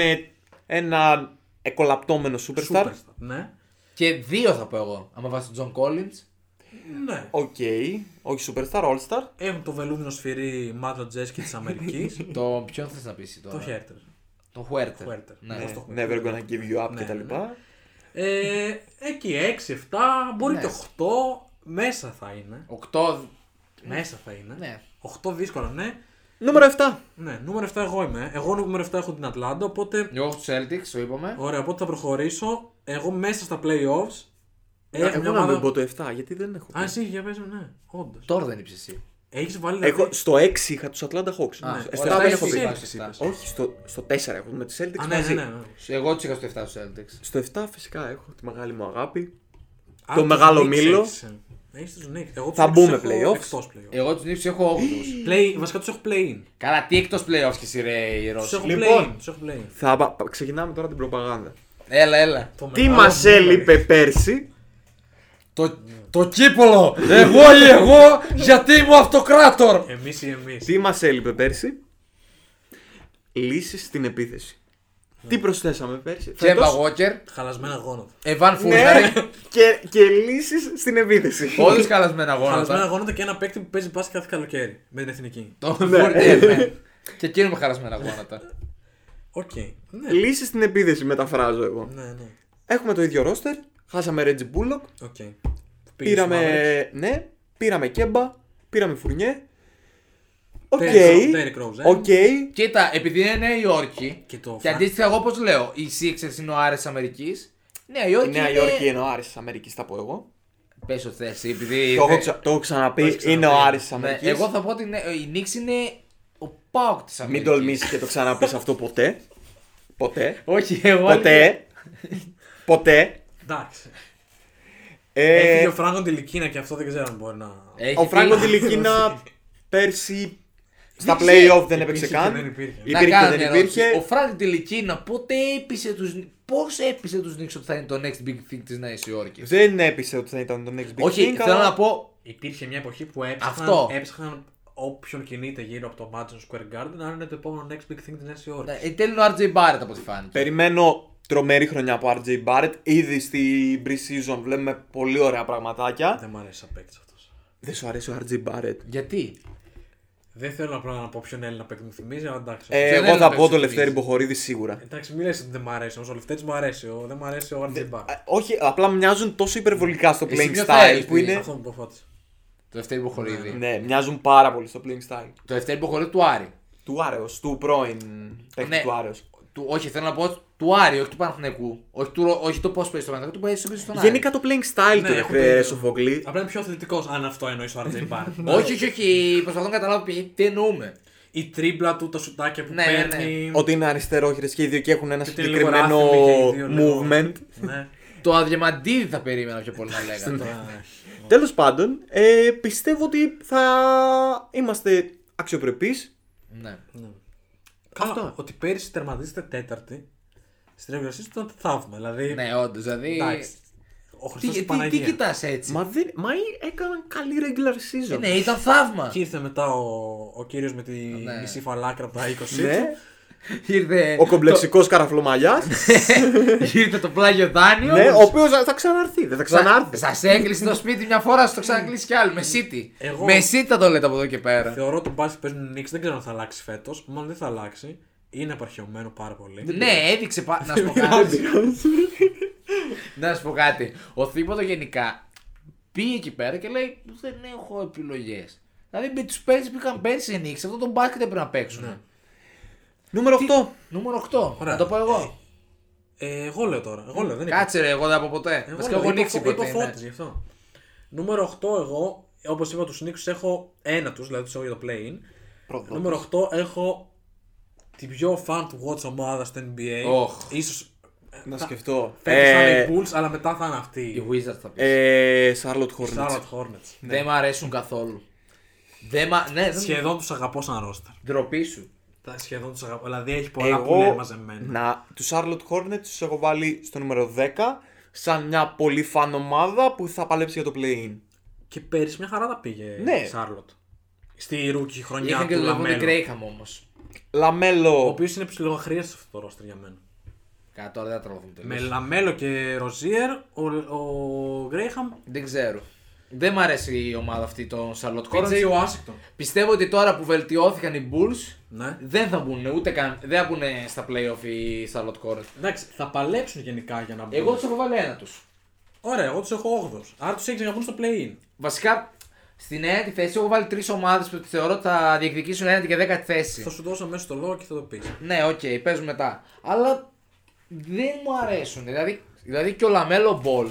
ένα εκολαπτώμενο superstar. Superstar. Ναι. Και δύο θα πω εγώ. Άμα βάζεις τον Τζον Κόλλιν. ναι. Οκ. Όχι superstar, all-star. Έχουν το βελούμινο σφυρί Μάτλο Τζέσκι της (laughs) Αμερικής. Το ποιον θες να πείσει τώρα. το Χέρτερ. Το Χουέρτερ. Χουέρτερ. Ναι. Πώς το- Never gonna give you up Ναι, κτλ. ναι. Ε, εκεί 6-7, μπορεί Ναι. και 8. Μέσα θα είναι. Οκτώ. Μέσα θα είναι. Ναι. 8 δύσκολα, ναι. Νούμερο 7. Ναι, νούμερο 7 εγώ είμαι. Εγώ νούμερο 7 έχω την Ατλάντα, οπότε. Εγώ έχω του Celtics, το είπαμε. Ωραία, οπότε θα προχωρήσω. Εγώ μέσα στα playoffs. Έχω Ε, μια Εγώ να μην πω ομάδα. το 7, γιατί δεν έχω. Α, εσύ για πες μου, ναι, όντως. Τώρα δεν είπες εσύ. Έχεις βάλει. Εγώ δηλαδή- στο 6 είχα τους Atlanta Hawks. Α, Στο ωραία, εφτά τα δεν έχεις έχω πει. εσύ. Όχι, στο, στο 4 έχω με τις Celtics Α, ναι, μαζί. ναι, ναι, ναι. Εγώ τους είχα στο 7 του Celtics. Στο 7 φυσικά έχω τη μεγάλη μου αγάπη. Α, Το τους μεγάλο Knicks μήλο. έχεις, ε. Έχεις τους Knicks. Εγώ τους Θα Knicks μπούμε έχω playoffs. εκτός playoffs. Εγώ τους Νίψου έχω 8. (gasps) Play, βασικά τους έχω play-in. Καλά, τι εκτός playoffs και σειρέ η Τους Ρώση. έχω Λοιπόν. play-in. Τους έχω play-in. Θα πα- πα- ξεκινάμε τώρα την προπαγάνδα. Ναι. Έλα, έλα. Το Τι μεγάλο μας μήλο. έλειπε πέρσι. Το, το κύπολο! εγώ ή εγώ, γιατί είμαι ο αυτοκράτορ! Εμείς ή εμείς. Τι μας έλειπε πέρσι. Λύσεις στην επίθεση. Ναι. Τι προσθέσαμε πέρσι. Κέμπα φέτος? Walker, Χαλασμένα γόνατα. Εβάν (laughs) Ναι, Φούρναρη. και, και λύσεις στην επίθεση. Όλες καλασμένα Χαλασμένα γόνατα. γόνατα και ένα παίκτη που παίζει μπάσκετ κάθε καλοκαίρι με την εθνική. Το Fournier, ναι. Και εκείνο με χαλασμένα γόνατα. Οκ. Ναι. Λύσεις στην επίθεση μεταφράζω εγώ. Ναι, ναι. Έχουμε το ίδιο ρόστερ. Χάσαμε Reggie Bullock. Οκ. Πήραμε. Ναι, πήραμε Κέμπα. Πήραμε Φουρνιέ. Οκ. Derrick- Derrick Rose, ε. Οκ. Κοίτα, επειδή είναι Νέα Υόρκη. Και το και φα- αντίστοιχα, εγώ πώ λέω, η Sixers είναι ο Άρε Αμερικής. Νέα Υόρκη. Η Νέα Υόρκη είναι ο Άρης της Αμερικής, θα πω εγώ. Πες ό,τι θες, επειδή. Το έχω, δεν- ξα- Ε, το έχω ναι. Το ξαναπεί, έχεις είναι ο ξαναπεί. Άρης της Ναι, Αμερικής. εγώ θα πω ότι ναι, η Νίξ είναι ο Πάοκ της Αμερική. Μην τολμήσεις και το ξαναπείς αυτό ποτέ. Ποτέ. Όχι, εγώ. Ποτέ. Ποτέ. Εντάξει. Ε, Έφυγε ο Φράγκο Τηλικίνα και αυτό δεν ξέρω αν μπορεί να. Έχει ο Φράγκο φύγει. Τηλικίνα πέρσι στα Δεν ξέρω. playoff δεν έπαιξε Υπήρχε καν. και δεν υπήρχε. Να Να Υπήρχε κάνω μια και δεν ερώτηση. Ο υπήρχε. Φρανκ Τηλικίνα πότε έπεισε τους. Πώς έπεισε τους Νίξ ότι θα είναι το next big thing της Νέας Υόρκης. Δεν έπεισε ότι θα ήταν το next big Όχι, thing, θέλω αλλά να πω. Υπήρχε μια εποχή που έψαχναν, Αυτό. έψαχναν όποιον κινείται γύρω από το Madison Square Garden να είναι το επόμενο next big thing της Νέας Υόρκης. Ναι, Εν τέλει είναι ο RJ Barrett από ό,τι φάνηκε. Περιμένω τρομερή χρονιά από RJ Barrett. Ήδη στην pre-season βλέπουμε πολύ ωραία πραγματάκια. Δεν μου αρέσει σαν παίκτης αυτός. Δεν σου αρέσει ο RJ Barrett. Γιατί. Δεν θέλω απλά να πω ποιον Έλληνα παίκτη μου θυμίζει, αλλά εντάξει. Ε, Ποιο εγώ δεν θα έπαιξε πω το το Λευτέρη Λίζη. Μποχορίδη σίγουρα. Εντάξει, μην λες ότι δεν μου αρέσει. όμως Ο Λευτέρης μου αρέσει. Ο, δεν μου αρέσει ο Αρτζιμπά. Ε, Όχι, απλά μοιάζουν τόσο υπερβολικά στο Εσύ playing ποιος style θέλεις, που είναι. Αυτό μου το φώτισε. Το δεύτερο υποχωρίδι. Ναι, μοιάζουν πάρα πολύ στο playing style. Το δεύτερο υποχωρίδι του Άρη. Του Άρεος, του πρώην παίκτη Ναι. του Άρεος. Του, όχι, θέλω να πω του Άρη, όχι του Παναθηναϊκού. Όχι, του, Ρο- όχι το πώς παίζει το Παναθηναϊκό, του παίζει στον Άρη. Γενικά το playing style Ναι, του έχω ρε, το ρε ίδιο. Σοφοκλή. Απλά είναι πιο αθλητικός, αν αυτό εννοείς ο (laughs) Αρτζιμπά. Όχι, όχι, όχι. Προσπαθώ να καταλάβω ποι- τι εννοούμε. Η τρίμπλα του, τα σουτάκια που Ναι, ναι, ναι. παίρνει. Ότι είναι αριστερό και οι δύο και έχουν ένα ότι είναι λίγο συγκεκριμένο ράθιμοι και οι δύο λίγο. movement. Ναι. Το αδιαμαντίδι θα περίμενα πιο πολύ να λέγατε. Α, Τέλος πάντων, ε, πιστεύω ότι θα είμαστε αξιοπρεπείς. ναι. Καλά, ότι πέρυσι τερματίζεται τέταρτη στην εργασία του ήταν θαύμα. Δηλαδή. ναι, όντως. Δηλαδή. Εντάξει. Ο Τι, Χριστός τι, της τι, Παναγία. κοιτάς έτσι. Μα, δεν, μα ή- έκαναν καλή regular Ε, season. Ναι, ήταν θαύμα. Και ήρθε μετά ο, ο κύριος με τη Ναι. μισή φαλάκρα από τα 20 Ναι. του. Ήρθε, Ο κομπλεξικός καραφλομαγιάς, Ναι, το, (laughs) ήρθε το πλάγιο δάνειο. ναι, ο οποίος θα ξαναρθεί, δεν θα ξανάρθει. Σα έκλεισε το σπίτι μια φορά, σα το ξανακλείσει κι άλλο. Με City. Εγώ- Με City θα το λέτε από εδώ και πέρα. Θεωρώ ότι μπάσκετ παίζουν νίξ, δεν ξέρω αν θα αλλάξει φέτος. Μάλλον δεν θα αλλάξει. Είναι απαρχαιωμένο πάρα πολύ. Ναι, έδειξε. πα- Να σου πω κάτι. να σου πω κάτι. Ο Θήποτο γενικά πήγε εκεί πέρα και λέει: Δεν έχω επιλογές. Δηλαδή με τους πέρσι που είχαν πέρσι ενήξει, αυτό το μπάσκετ έπρεπε να παίξουν. Νούμερο 8. Νούμερο 8. Ναι. Ωραία. Να το πω εγώ. Ε, εγώ λέω τώρα. Εγώ λέω, δεν είπα. Κάτσε ρε, εγώ δεν θα πω ποτέ. Εγώ Βασικά λέω, έχω είπα ανοίξει φω- είπα ποτέ. ναι, Φώτης, γι' αυτό. Νούμερο 8 εγώ, όπως είπα τους Νίξου, έχω ένα τους, δηλαδή τους έχω για το play-in. Νούμερο 8 έχω την πιο fan to watch ομάδα στο NBA. Οχ. Ίσως Να σκεφτώ. φέτος θα είναι Ε, οι Bulls, αλλά μετά θα είναι αυτοί. Η Οι Wizards θα πεις. ε, Charlotte Hornets. Charlotte Hornets. Δεν μ' αρέσουν καθόλου. Δεν μ' α- Ναι, δεν- ναι. Σχεδόν τους αγαπώ σαν ρόστερ. Ντροπή σου. Τα σχεδόν τους αγαπώ. Δηλαδή έχει πολλά που λένε μαζεμένα. να, τους Charlotte Hornets τους έχω βάλει στο νούμερο 10 σαν μια πολύ φαν ομάδα που θα παλέψει για το play-in. Και πέρυσι μια χαρά τα πήγε Ναι. η Σάρλοτ. Στη ρούκι χρονιά Είχαν και του τον Λαβόντε Λαμέλο. Κρέιχαμ όμως. Λαμέλο. Ο οποίος είναι ψηλό αχρίαστος αυτός το ρόστρ για μένα. Κατά τώρα δεν θα τραβούν Με τελείως. Λαμέλο και Ροζίερ, ο, ο Γκρέιχαμ Δεν ξέρω. Δεν μ' αρέσει η ομάδα αυτή των Σαρλότ πήρε Κόρντ. ο Άσικτον. Πιστεύω ότι τώρα που βελτιώθηκαν οι Bulls Ναι. δεν θα μπουν ούτε καν. Δεν θα μπουν στα playoff οι Σαρλότ Κόρντ. Εντάξει, θα παλέψουν γενικά για να μπουν. Εγώ τους έχω βάλει ένα τους. Ωραία, εγώ τους έχω 8. Άρα τους έχεις να μπουν στο play-in. Βασικά στην ένατη θέση έχω βάλει τρεις ομάδες που θεωρώ ότι θα διεκδικήσουν ένατη και δέκατη θέση. Θα σου δώσω αμέσω το λόγο και θα το πεις. Ναι, οκ, okay, παίζουν μετά. Αλλά δεν μου αρέσουν. Δηλαδή, δηλαδή και ο Λαμέλο Μπολ.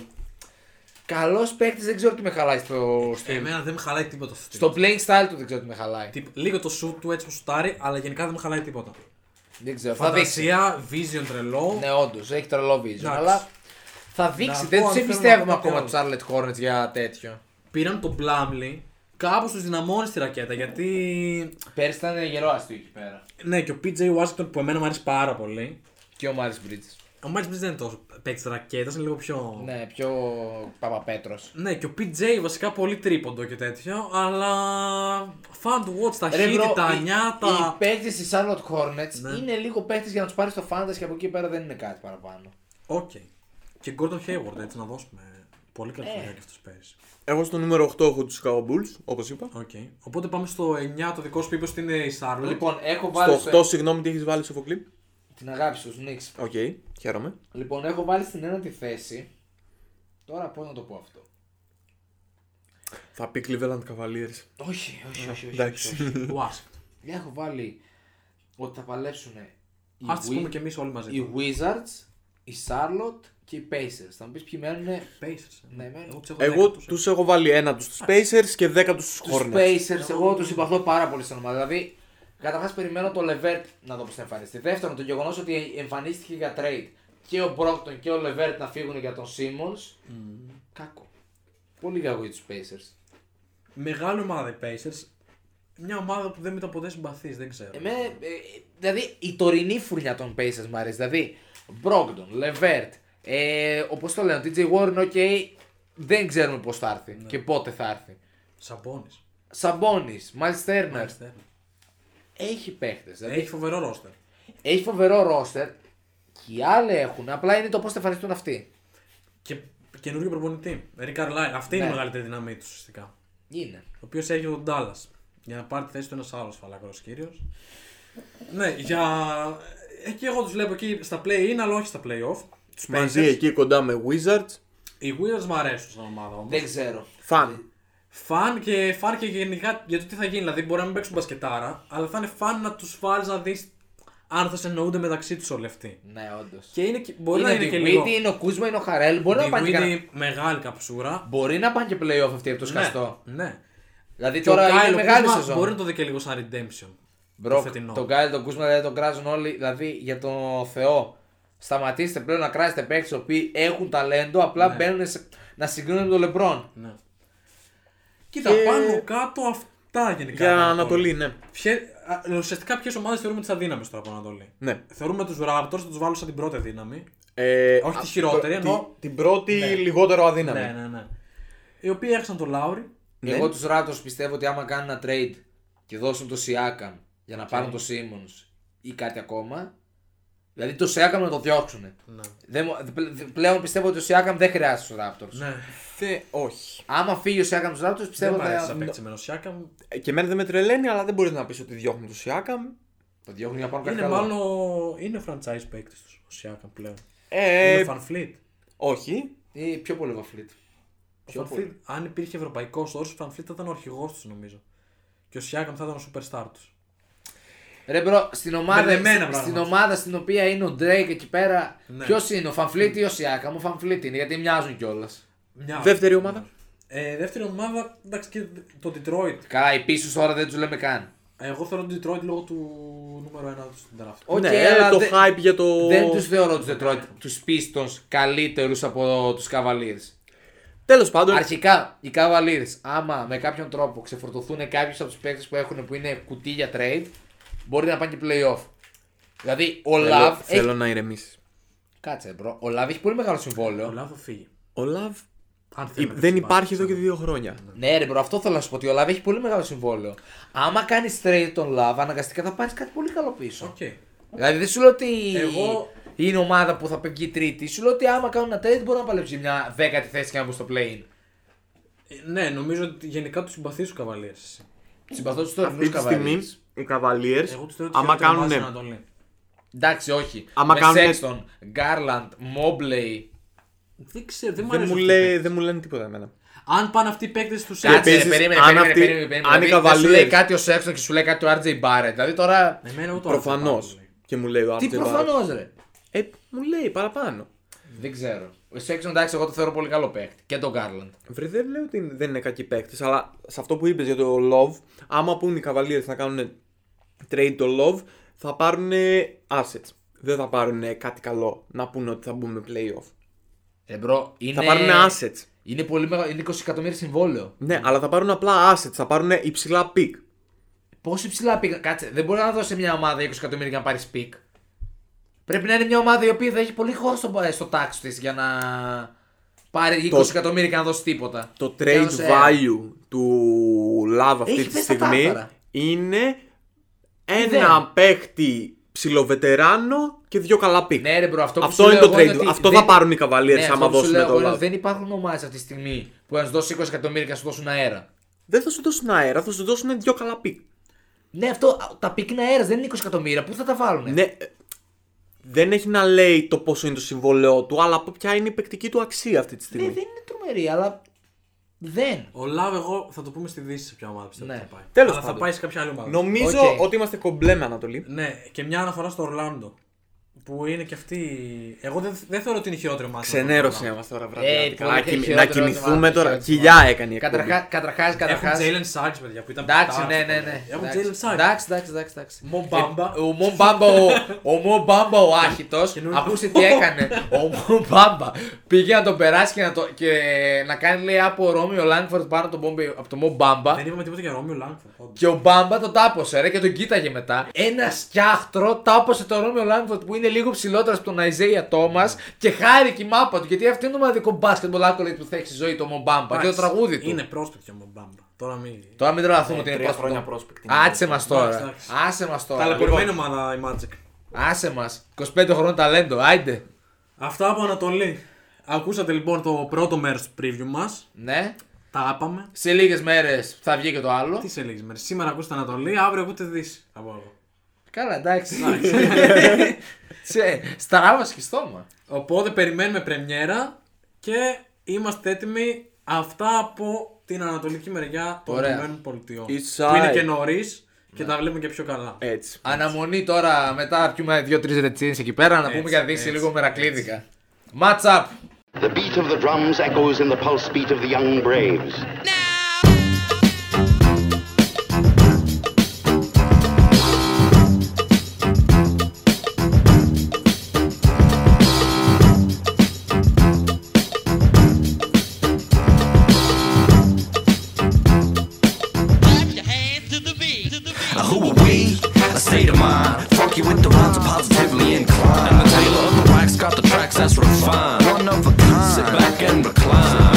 Καλός παίκτης δεν ξέρω τι με χαλάει στο. στο, Ε, Εμένα δεν με χαλάει τίποτα αυτό. στο playing style του δεν ξέρω τι με χαλάει. Τύπ- Λίγο το shoot του έτσι που σουτάρει, αλλά γενικά δεν με χαλάει τίποτα. Δεν ξέρω. Θα δείξει. Φαντασία, vision τρελό. Ναι, όντως, έχει τρελό vision. Εντάξει. Αλλά θα δείξει. Να δεν πω του αν θέλω εμπιστεύουμε να πω κάτι ακόμα του Charlotte Hornets για τέτοιο. Πήραν τον Πλάμλι, κάπως τους δυναμώνει στη ρακέτα γιατί. Πέρσι ήταν γερό αστείο εκεί πέρα. Ναι, και ο PJ Washington που εμένα μου αρέσει πάρα πολύ. Και ο Μάρις Bridges. Ο Μάιτ δεν είναι τόσο παίκτης ρακέτα, είναι λίγο πιο. Ναι, πιο Παπαπέτρος. Ναι, και ο PJ βασικά πολύ τρίποντο και τέτοιο, αλλά. Fan to watch, τα χείλη, τα ανιά, Οι τα. παίκτες της Charlotte Hornets Ναι. είναι λίγο παίκτες για να τους πάρεις στο fantasy και από εκεί πέρα δεν είναι κάτι παραπάνω. Οκ. Και Gordon Hayward, έτσι να δώσουμε. Πολύ Ε. καλή χρονιά και αυτός πέρυσι. Εγώ στο νούμερο 8 έχω τους Chicago Bulls, όπως είπα. Οκ. Οπότε πάμε στο 9, το δικό σου είπες ότι είναι η Charlotte. Λοιπόν, έχω βάλει. Στο στο- 8, συγγνώμη, τι έχεις βάλει Σοφοκλή. Την αγάπη στους Knicks. Οκ, χαίρομαι. Λοιπόν, έχω βάλει στην ένατη θέση. Τώρα πώς να το πω αυτό. Θα πει Cleveland Cavaliers. Όχι, όχι, όχι. όχι, όχι, όχι. (laughs) Εντάξει. Ουάσιγκτον. Μια έχω βάλει ότι θα παλέψουν οι, Ας τις Wi- πούμε κι εμείς όλοι μαζί. οι Wizards, η Charlotte και οι Pacers. Θα μου πεις ποιοι μένουν. Pacers. ε. Ναι, μένουν. τους έχω Εγώ δέκατους. τους έχω βάλει ένα τους στους Pacers και δέκα τους στους Τους Hornets. Pacers, εγώ τους συμπαθώ πάρα πολύ στην ομάδα. Δηλαδή, καταρχάς περιμένω το Levert να δω πώ θα εμφανιστεί. Δεύτερον, το γεγονός ότι εμφανίστηκε για trade και ο Brockton και ο Levert να φύγουν για τον Simmons. Κάκο. Πολύ κακό για τους Pacers. Μεγάλη ομάδα οι Pacers. Μια ομάδα που δεν ήταν ποτέ συμπαθή, δεν ξέρω. Εμένα, ε, δηλαδή η τωρινή φουρνιά των Pacers μου αρέσει. Δηλαδή, Brogdon, Levert, ε, όπω το λένε, ο TJ Warren, ok, δεν ξέρουμε πώς θα έρθει και πότε θα έρθει. Σαμπόνι. Σαμπόνι, Miles Turner, έχει παίχτες. Δηλαδή, Έχει φοβερό ρόστερ. έχει φοβερό ρόστερ και οι άλλοι έχουν. Απλά είναι το πώς θα εμφανιστούν αυτοί. Και καινούριο προπονητή. Ρίκ Καρλάιν. Αυτή είναι Ναι. η μεγαλύτερη δύναμή τους ουσιαστικά. Είναι. Ο οποίος έχει τον Ντάλλα. Για να πάρει τη θέση του ένας άλλος φαλακρός κύριος. ναι, για. Εκεί εγώ τους βλέπω εκεί στα play in, αλλά όχι στα play off. Τους μαζί εκεί κοντά με Wizards. Οι Wizards μου αρέσουν στην ομάδα όμως. Δεν ξέρω. Φαν. Φαν και φαν και γενικά για το τι θα γίνει. Δηλαδή μπορεί να μην παίξουν μπασκετάρα, αλλά θα είναι φαν να τους βάλεις να δεις αν θα συνεννοούνται μεταξύ τους όλοι αυτοί. Ναι, όντως. Και είναι, και- μπορεί να ο είναι και Dinwiddie, λίγο. είναι ο Κούσμα, είναι ο Χαρέλ. Μπορεί να πάνε και, Dinwiddie, κανένα- μεγάλη καψούρα. μπορεί να πάνε και playoff αυτοί από το σκαστό. Ναι. ναι. Δηλαδή Και ο τώρα Kyle είναι ο μεγάλη Kuzma σεζόν. Μπορεί να το δει και λίγο σαν redemption. Μπροκ, φετινό. τον Γκάιλ, τον Κούσμα, δηλαδή τον κράζουν όλοι. Δηλαδή για τον Θεό. Σταματήστε πλέον να κράζετε παίκτες οι οποίοι έχουν ταλέντο, απλά μπαίνουν σε- να συγκρίνουν με τον Λεμπρόν. Ναι. Κοίτα, πάνω κάτω αυτά γενικά. Για την Ανατολή, ναι. Ποιε, α, ουσιαστικά ποιες ομάδες θεωρούμε τις αδύναμες τώρα από Ανατολή. Ναι. Θεωρούμε τους Raptors, θα τους βάλω σαν την πρώτη δύναμη. Ε, Όχι α, τη χειρότερη, πρω- εννοώ. τη- Την πρώτη λιγότερο αδύναμη. Ναι, ναι, ναι. Οι οποίοι έχασαν τον Λάουρι. Εγώ τους Ράπτορς πιστεύω ότι άμα κάνουν ένα trade και δώσουν το Σιάκαμ για να πάρουν το Σίμονς ή κάτι ακόμα, δηλαδή το Σιάκαμ να το διώξουν. Ναι. Δεν μου- πλε- πλέον πιστεύω ότι ο Σιάκαμ δεν χρειάζεται στους Ράπτορς. Ναι. Θε- όχι. Άμα φύγει ο Σιάκαμ στους Ράπτορς Δεν πιστεύω μ' αρέσει να ότι παίξει με τον Siakam. Ε, Και εμένα δεν με τρελαίνει, αλλά δεν μπορεί να πεις ότι διώχνουν του Σιάκαμ. το διώχνουν για να πάρουν κάτι Είναι καλό. μάλλον ο- είναι franchise παίκτης τους ο Siakam πλέον. Ε, είναι ο Van Fleet. όχι. Ή πιο πολύ βαφλίτ. Ο Van Fleet, αν υπήρχε ευρωπαϊκός όρος, ο Van Fleet θα ήταν ο αρχηγός τους νομίζω. Και ο Siakam θα ήταν ο superstar τους. Ρε μπρο, στην ομάδα, Μπερδεμένα στην, πράγματα. στην ομάδα στην οποία είναι ο Drake εκεί πέρα, Ναι. ποιος είναι, ο Φανφλίτη ή ο Σιάκαμ, ο Φανφλίτη είναι γιατί μοιάζουν κιόλας. Μια... Δεύτερη ομάδα. Ε, δεύτερη ομάδα, εντάξει και το Detroit. Καλά, οι πίσω τώρα δεν τους λέμε Ναι, καν. Εγώ θεωρώ τον Detroit λόγω του νούμερο 1 στον draft. Οκ, ναι, αλλά το δεν- hype για το. Δεν τους θεωρώ τους Detroit τους Pistons καλύτερους από τους Cavaliers. Τέλος πάντων. Αρχικά, οι Cavaliers, άμα με κάποιον τρόπο ξεφορτωθούν κάποιους από τους παίκτες που έχουν που είναι κουτί για trade, μπορεί να πάνε και playoff. Δηλαδή, ο Θέλω, Λαβ. θέλω Έχει... να ηρεμήσεις. Κάτσε, μπρο. Ο Λαβ έχει πολύ μεγάλο Ο συμβόλαιο. Λαβ θα φύγει. Ο Λαβ Αν θέλει να Ε, δεν παίξει υπάρχει μπάσκετ, εδώ και ξέρω. δύο χρόνια. Ναι, ρε, μπρο, αυτό θέλω να σου πω. Ότι ο Λαβ έχει πολύ μεγάλο συμβόλαιο. Άμα κάνεις trade τον Λαβ, αναγκαστικά θα πάρεις κάτι πολύ καλό πίσω. Οκ. Ε, Δηλαδή, δεν σου λέω ότι Εγώ- είναι ομάδα που θα βγει τρίτη. Σου λέω ότι άμα κάνουν ένα trade μπορεί να παλέψει μια δέκατη θέση και να μπουν στο play-in. Ε, Ναι, νομίζω ότι γενικά τους συμπαθεί του καβαλίε. Συμπαθώ τους τωρινούς Αυτή τη στιγμή καβαλίε. οι Cavaliers, Εγώ τους θεωρώ ότι άμα χαίρεται η ομάδα κάνουν. στην Ανατολή. Εντάξει, όχι. Άμα με κάνουνε- Sexton, Garland, Mobley. Δεν ξέρω, δεν μου Δεν αρέσει. μου, λέει, δεν μου λένε τίποτα εμένα. Αν πάνε αυτοί οι παίκτες του Κάτσε, επίσης, ρε, περίμενε, αν περίμενε, αυτοί- περίμενε, περίμενε. αν οι Δηλαδή, δεν σου Cavaliers- λέει κάτι ο Sexton και σου λέει κάτι ο RJ Barrett. Δηλαδή τώρα. Ναι, Εμένα ούτε ο Άρης Προφανώς. μου αρέσει. Και μου λέει ο Τι RJ Barrett. προφανώς, ρε. Ε, μου λέει παραπάνω. Δεν ξέρω. Ο Sexton, εντάξει, εγώ το θεωρώ πολύ καλό παίκτη. Και τον Garland. Βρε, δεν λέω ότι δεν είναι κακοί παίκτες, αλλά σε αυτό που είπες για το Love, άμα πούν οι Cavaliers να κάνουν trade το Love, θα πάρουν assets. Δεν θα πάρουν κάτι καλό να πούνε ότι θα μπούμε playoff. Ε, μπρο, είναι... Θα πάρουν assets. Είναι, πολύ μεγάλο, είναι 20 εκατομμύρια συμβόλαιο. Ναι, αλλά θα πάρουν απλά assets, θα πάρουν υψηλά pick. Πόσο υψηλά πήγα. Κάτσε, δεν μπορεί να δώσει μια ομάδα 20 εκατομμύρια για να πάρεις πικ. Πρέπει να είναι μια ομάδα η οποία θα έχει πολύ χώρο στο, στο τάξι της για να πάρει 20 Το- εκατομμύρια και να δώσει τίποτα. Το Και να trade δώσει ένα. value του Love αυτή ε. Έχει τη πέσει στιγμή τα τάρταρα. είναι ένα Μηδέν. παίχτη ψιλοβετεράνο και δύο καλά pick. Ναι, ρε, μπρο, αυτό, που Αυτό σου είναι λέω το εγώ trade. ότι Ναι, Αυτό θα πάρουν οι Cavaliers αυτό άμα που σου δώσουν λέω το εγώ είναι Love. ότι Δεν υπάρχουν ομάδες αυτή τη στιγμή που να σου δώσει 20 εκατομμύρια και να σου δώσουν αέρα. Δεν θα σου δώσουν αέρα, θα σου δώσουν δύο καλά πικ. Ναι, αυτό τα πικ είναι αέρας, δεν είναι 20 εκατομμύρια. Πού θα τα βάλουν. Ναι. ε, δεν έχει να λέει το πόσο είναι το συμβόλαιό του, αλλά από ποια είναι η παικτική του αξία αυτή τη στιγμή. Ναι, δεν είναι τρομερή, αλλά δεν. Ο Λαβ, εγώ θα το πούμε στη Δύση σε ποια ομάδα πιστεύω Ναι. ότι θα πάει. Τέλος Αλλά θα πάντων. πάει σε κάποια άλλη ομάδα. Νομίζω Οκ. ότι είμαστε κομπλέ με Ανατολή. Ναι, και μια αναφορά στο Ορλάντο. Που είναι και αυτή. Εγώ δεν, δεν θεωρώ ότι είναι η χειρότερη ομάδα. Ξενέρωση να είμαστε τώρα Ε, βραδιά. πολύ να, κοιμη- χειρότερο να το κοιμηθούμε μάθημα, τώρα. χειρότερο Κοιλιά το έκανε η εκπομπή. Καταρχά, καταρχάς, Έχουν καταρχάς. Jalen Suggs, παιδιά, που ήταν Εντάξει, πετάς, ναι, ναι, παιδιά. ναι. Έχουν Εντάξει, Jalen Suggs. Εντάξει, εντάξει, εντάξει, εντάξει. Μο Μπάμπα. Ε, Ο Μο Μπάμπα, ο, (laughs) ο Μο Μπάμπα ο άχητος, Καινούριο. ακούστε τι έκανε. Ο Μο Μπάμπα πήγε να τον περάσει και να, το, και να κάνει λέει από Ρώμιο Λάγκφορντ πάνω από τον Μπομπε- από τον Μο Μπάμπα. Δεν είπαμε τίποτα για Ρόμιο Λάγκφορντ. όντως. Και ο Μπάμπα τον τάπωσε ρε και τον κοίταγε μετά. Ένα σκιάχτρο τάπωσε τον Ρόμιο Λάνφορντ που είναι λίγο ψηλότερος από τον Αϊζέια Τόμα και χάρηκε η μάπα του. Γιατί αυτό είναι το μοναδικό μπάσκετ μπολάκολε που θα έχει στη ζωή του ο Μομπάμπα και το Εντάξει, τραγούδι του. Είναι πρόσπεκτη ο Μο Μπάμπα. Τώρα μην. Τώρα μην τρελαθούμε ότι Τρία είναι πρόσπεκτο. χρόνια πρόσπεκτη. Άτσε μας Εντάξει, τώρα. εντάξει. Άσε μας τώρα. Λοιπόν, Ταλαιπωρημένη ομάδα η Magic. Άσε μας. 25 χρόνων ταλέντο. Άιντε. Αυτά από Ανατολή. Ακούσατε λοιπόν το πρώτο μέρος του preview μας. Ναι. Τα άπαμε. Σε λίγες μέρες θα βγει και το άλλο. Τι σε λίγες μέρες. Σήμερα ακούσατε Ανατολή, αύριο ακούτε Δύση. Από εγώ. Καλά, εντάξει. (laughs) Σε στράβα και στόμα. Οπότε περιμένουμε πρεμιέρα και είμαστε έτοιμοι. Αυτά από την Ανατολική μεριά των Ωραία. Ηνωμένων Πολιτειών. It's Που είναι I. και νωρίς και τα βλέπουμε και πιο καλά. Έτσι. Αναμονή τώρα, μετά πιούμε δύο-τρει ρετσίνες εκεί πέρα, να πούμε για δύση έτσι, λίγο μερακλίδικα. Match up! The beat of the drums echoes in the pulse beat of the young braves. Now. Clap your hands to the beat, to the beat. Uh, Who are we? A state of mind. Funky with the rhymes, I'm positively inclined. I'm the tailor of the wax, got the tracks that's refined. One of a kind. Sit back and recline.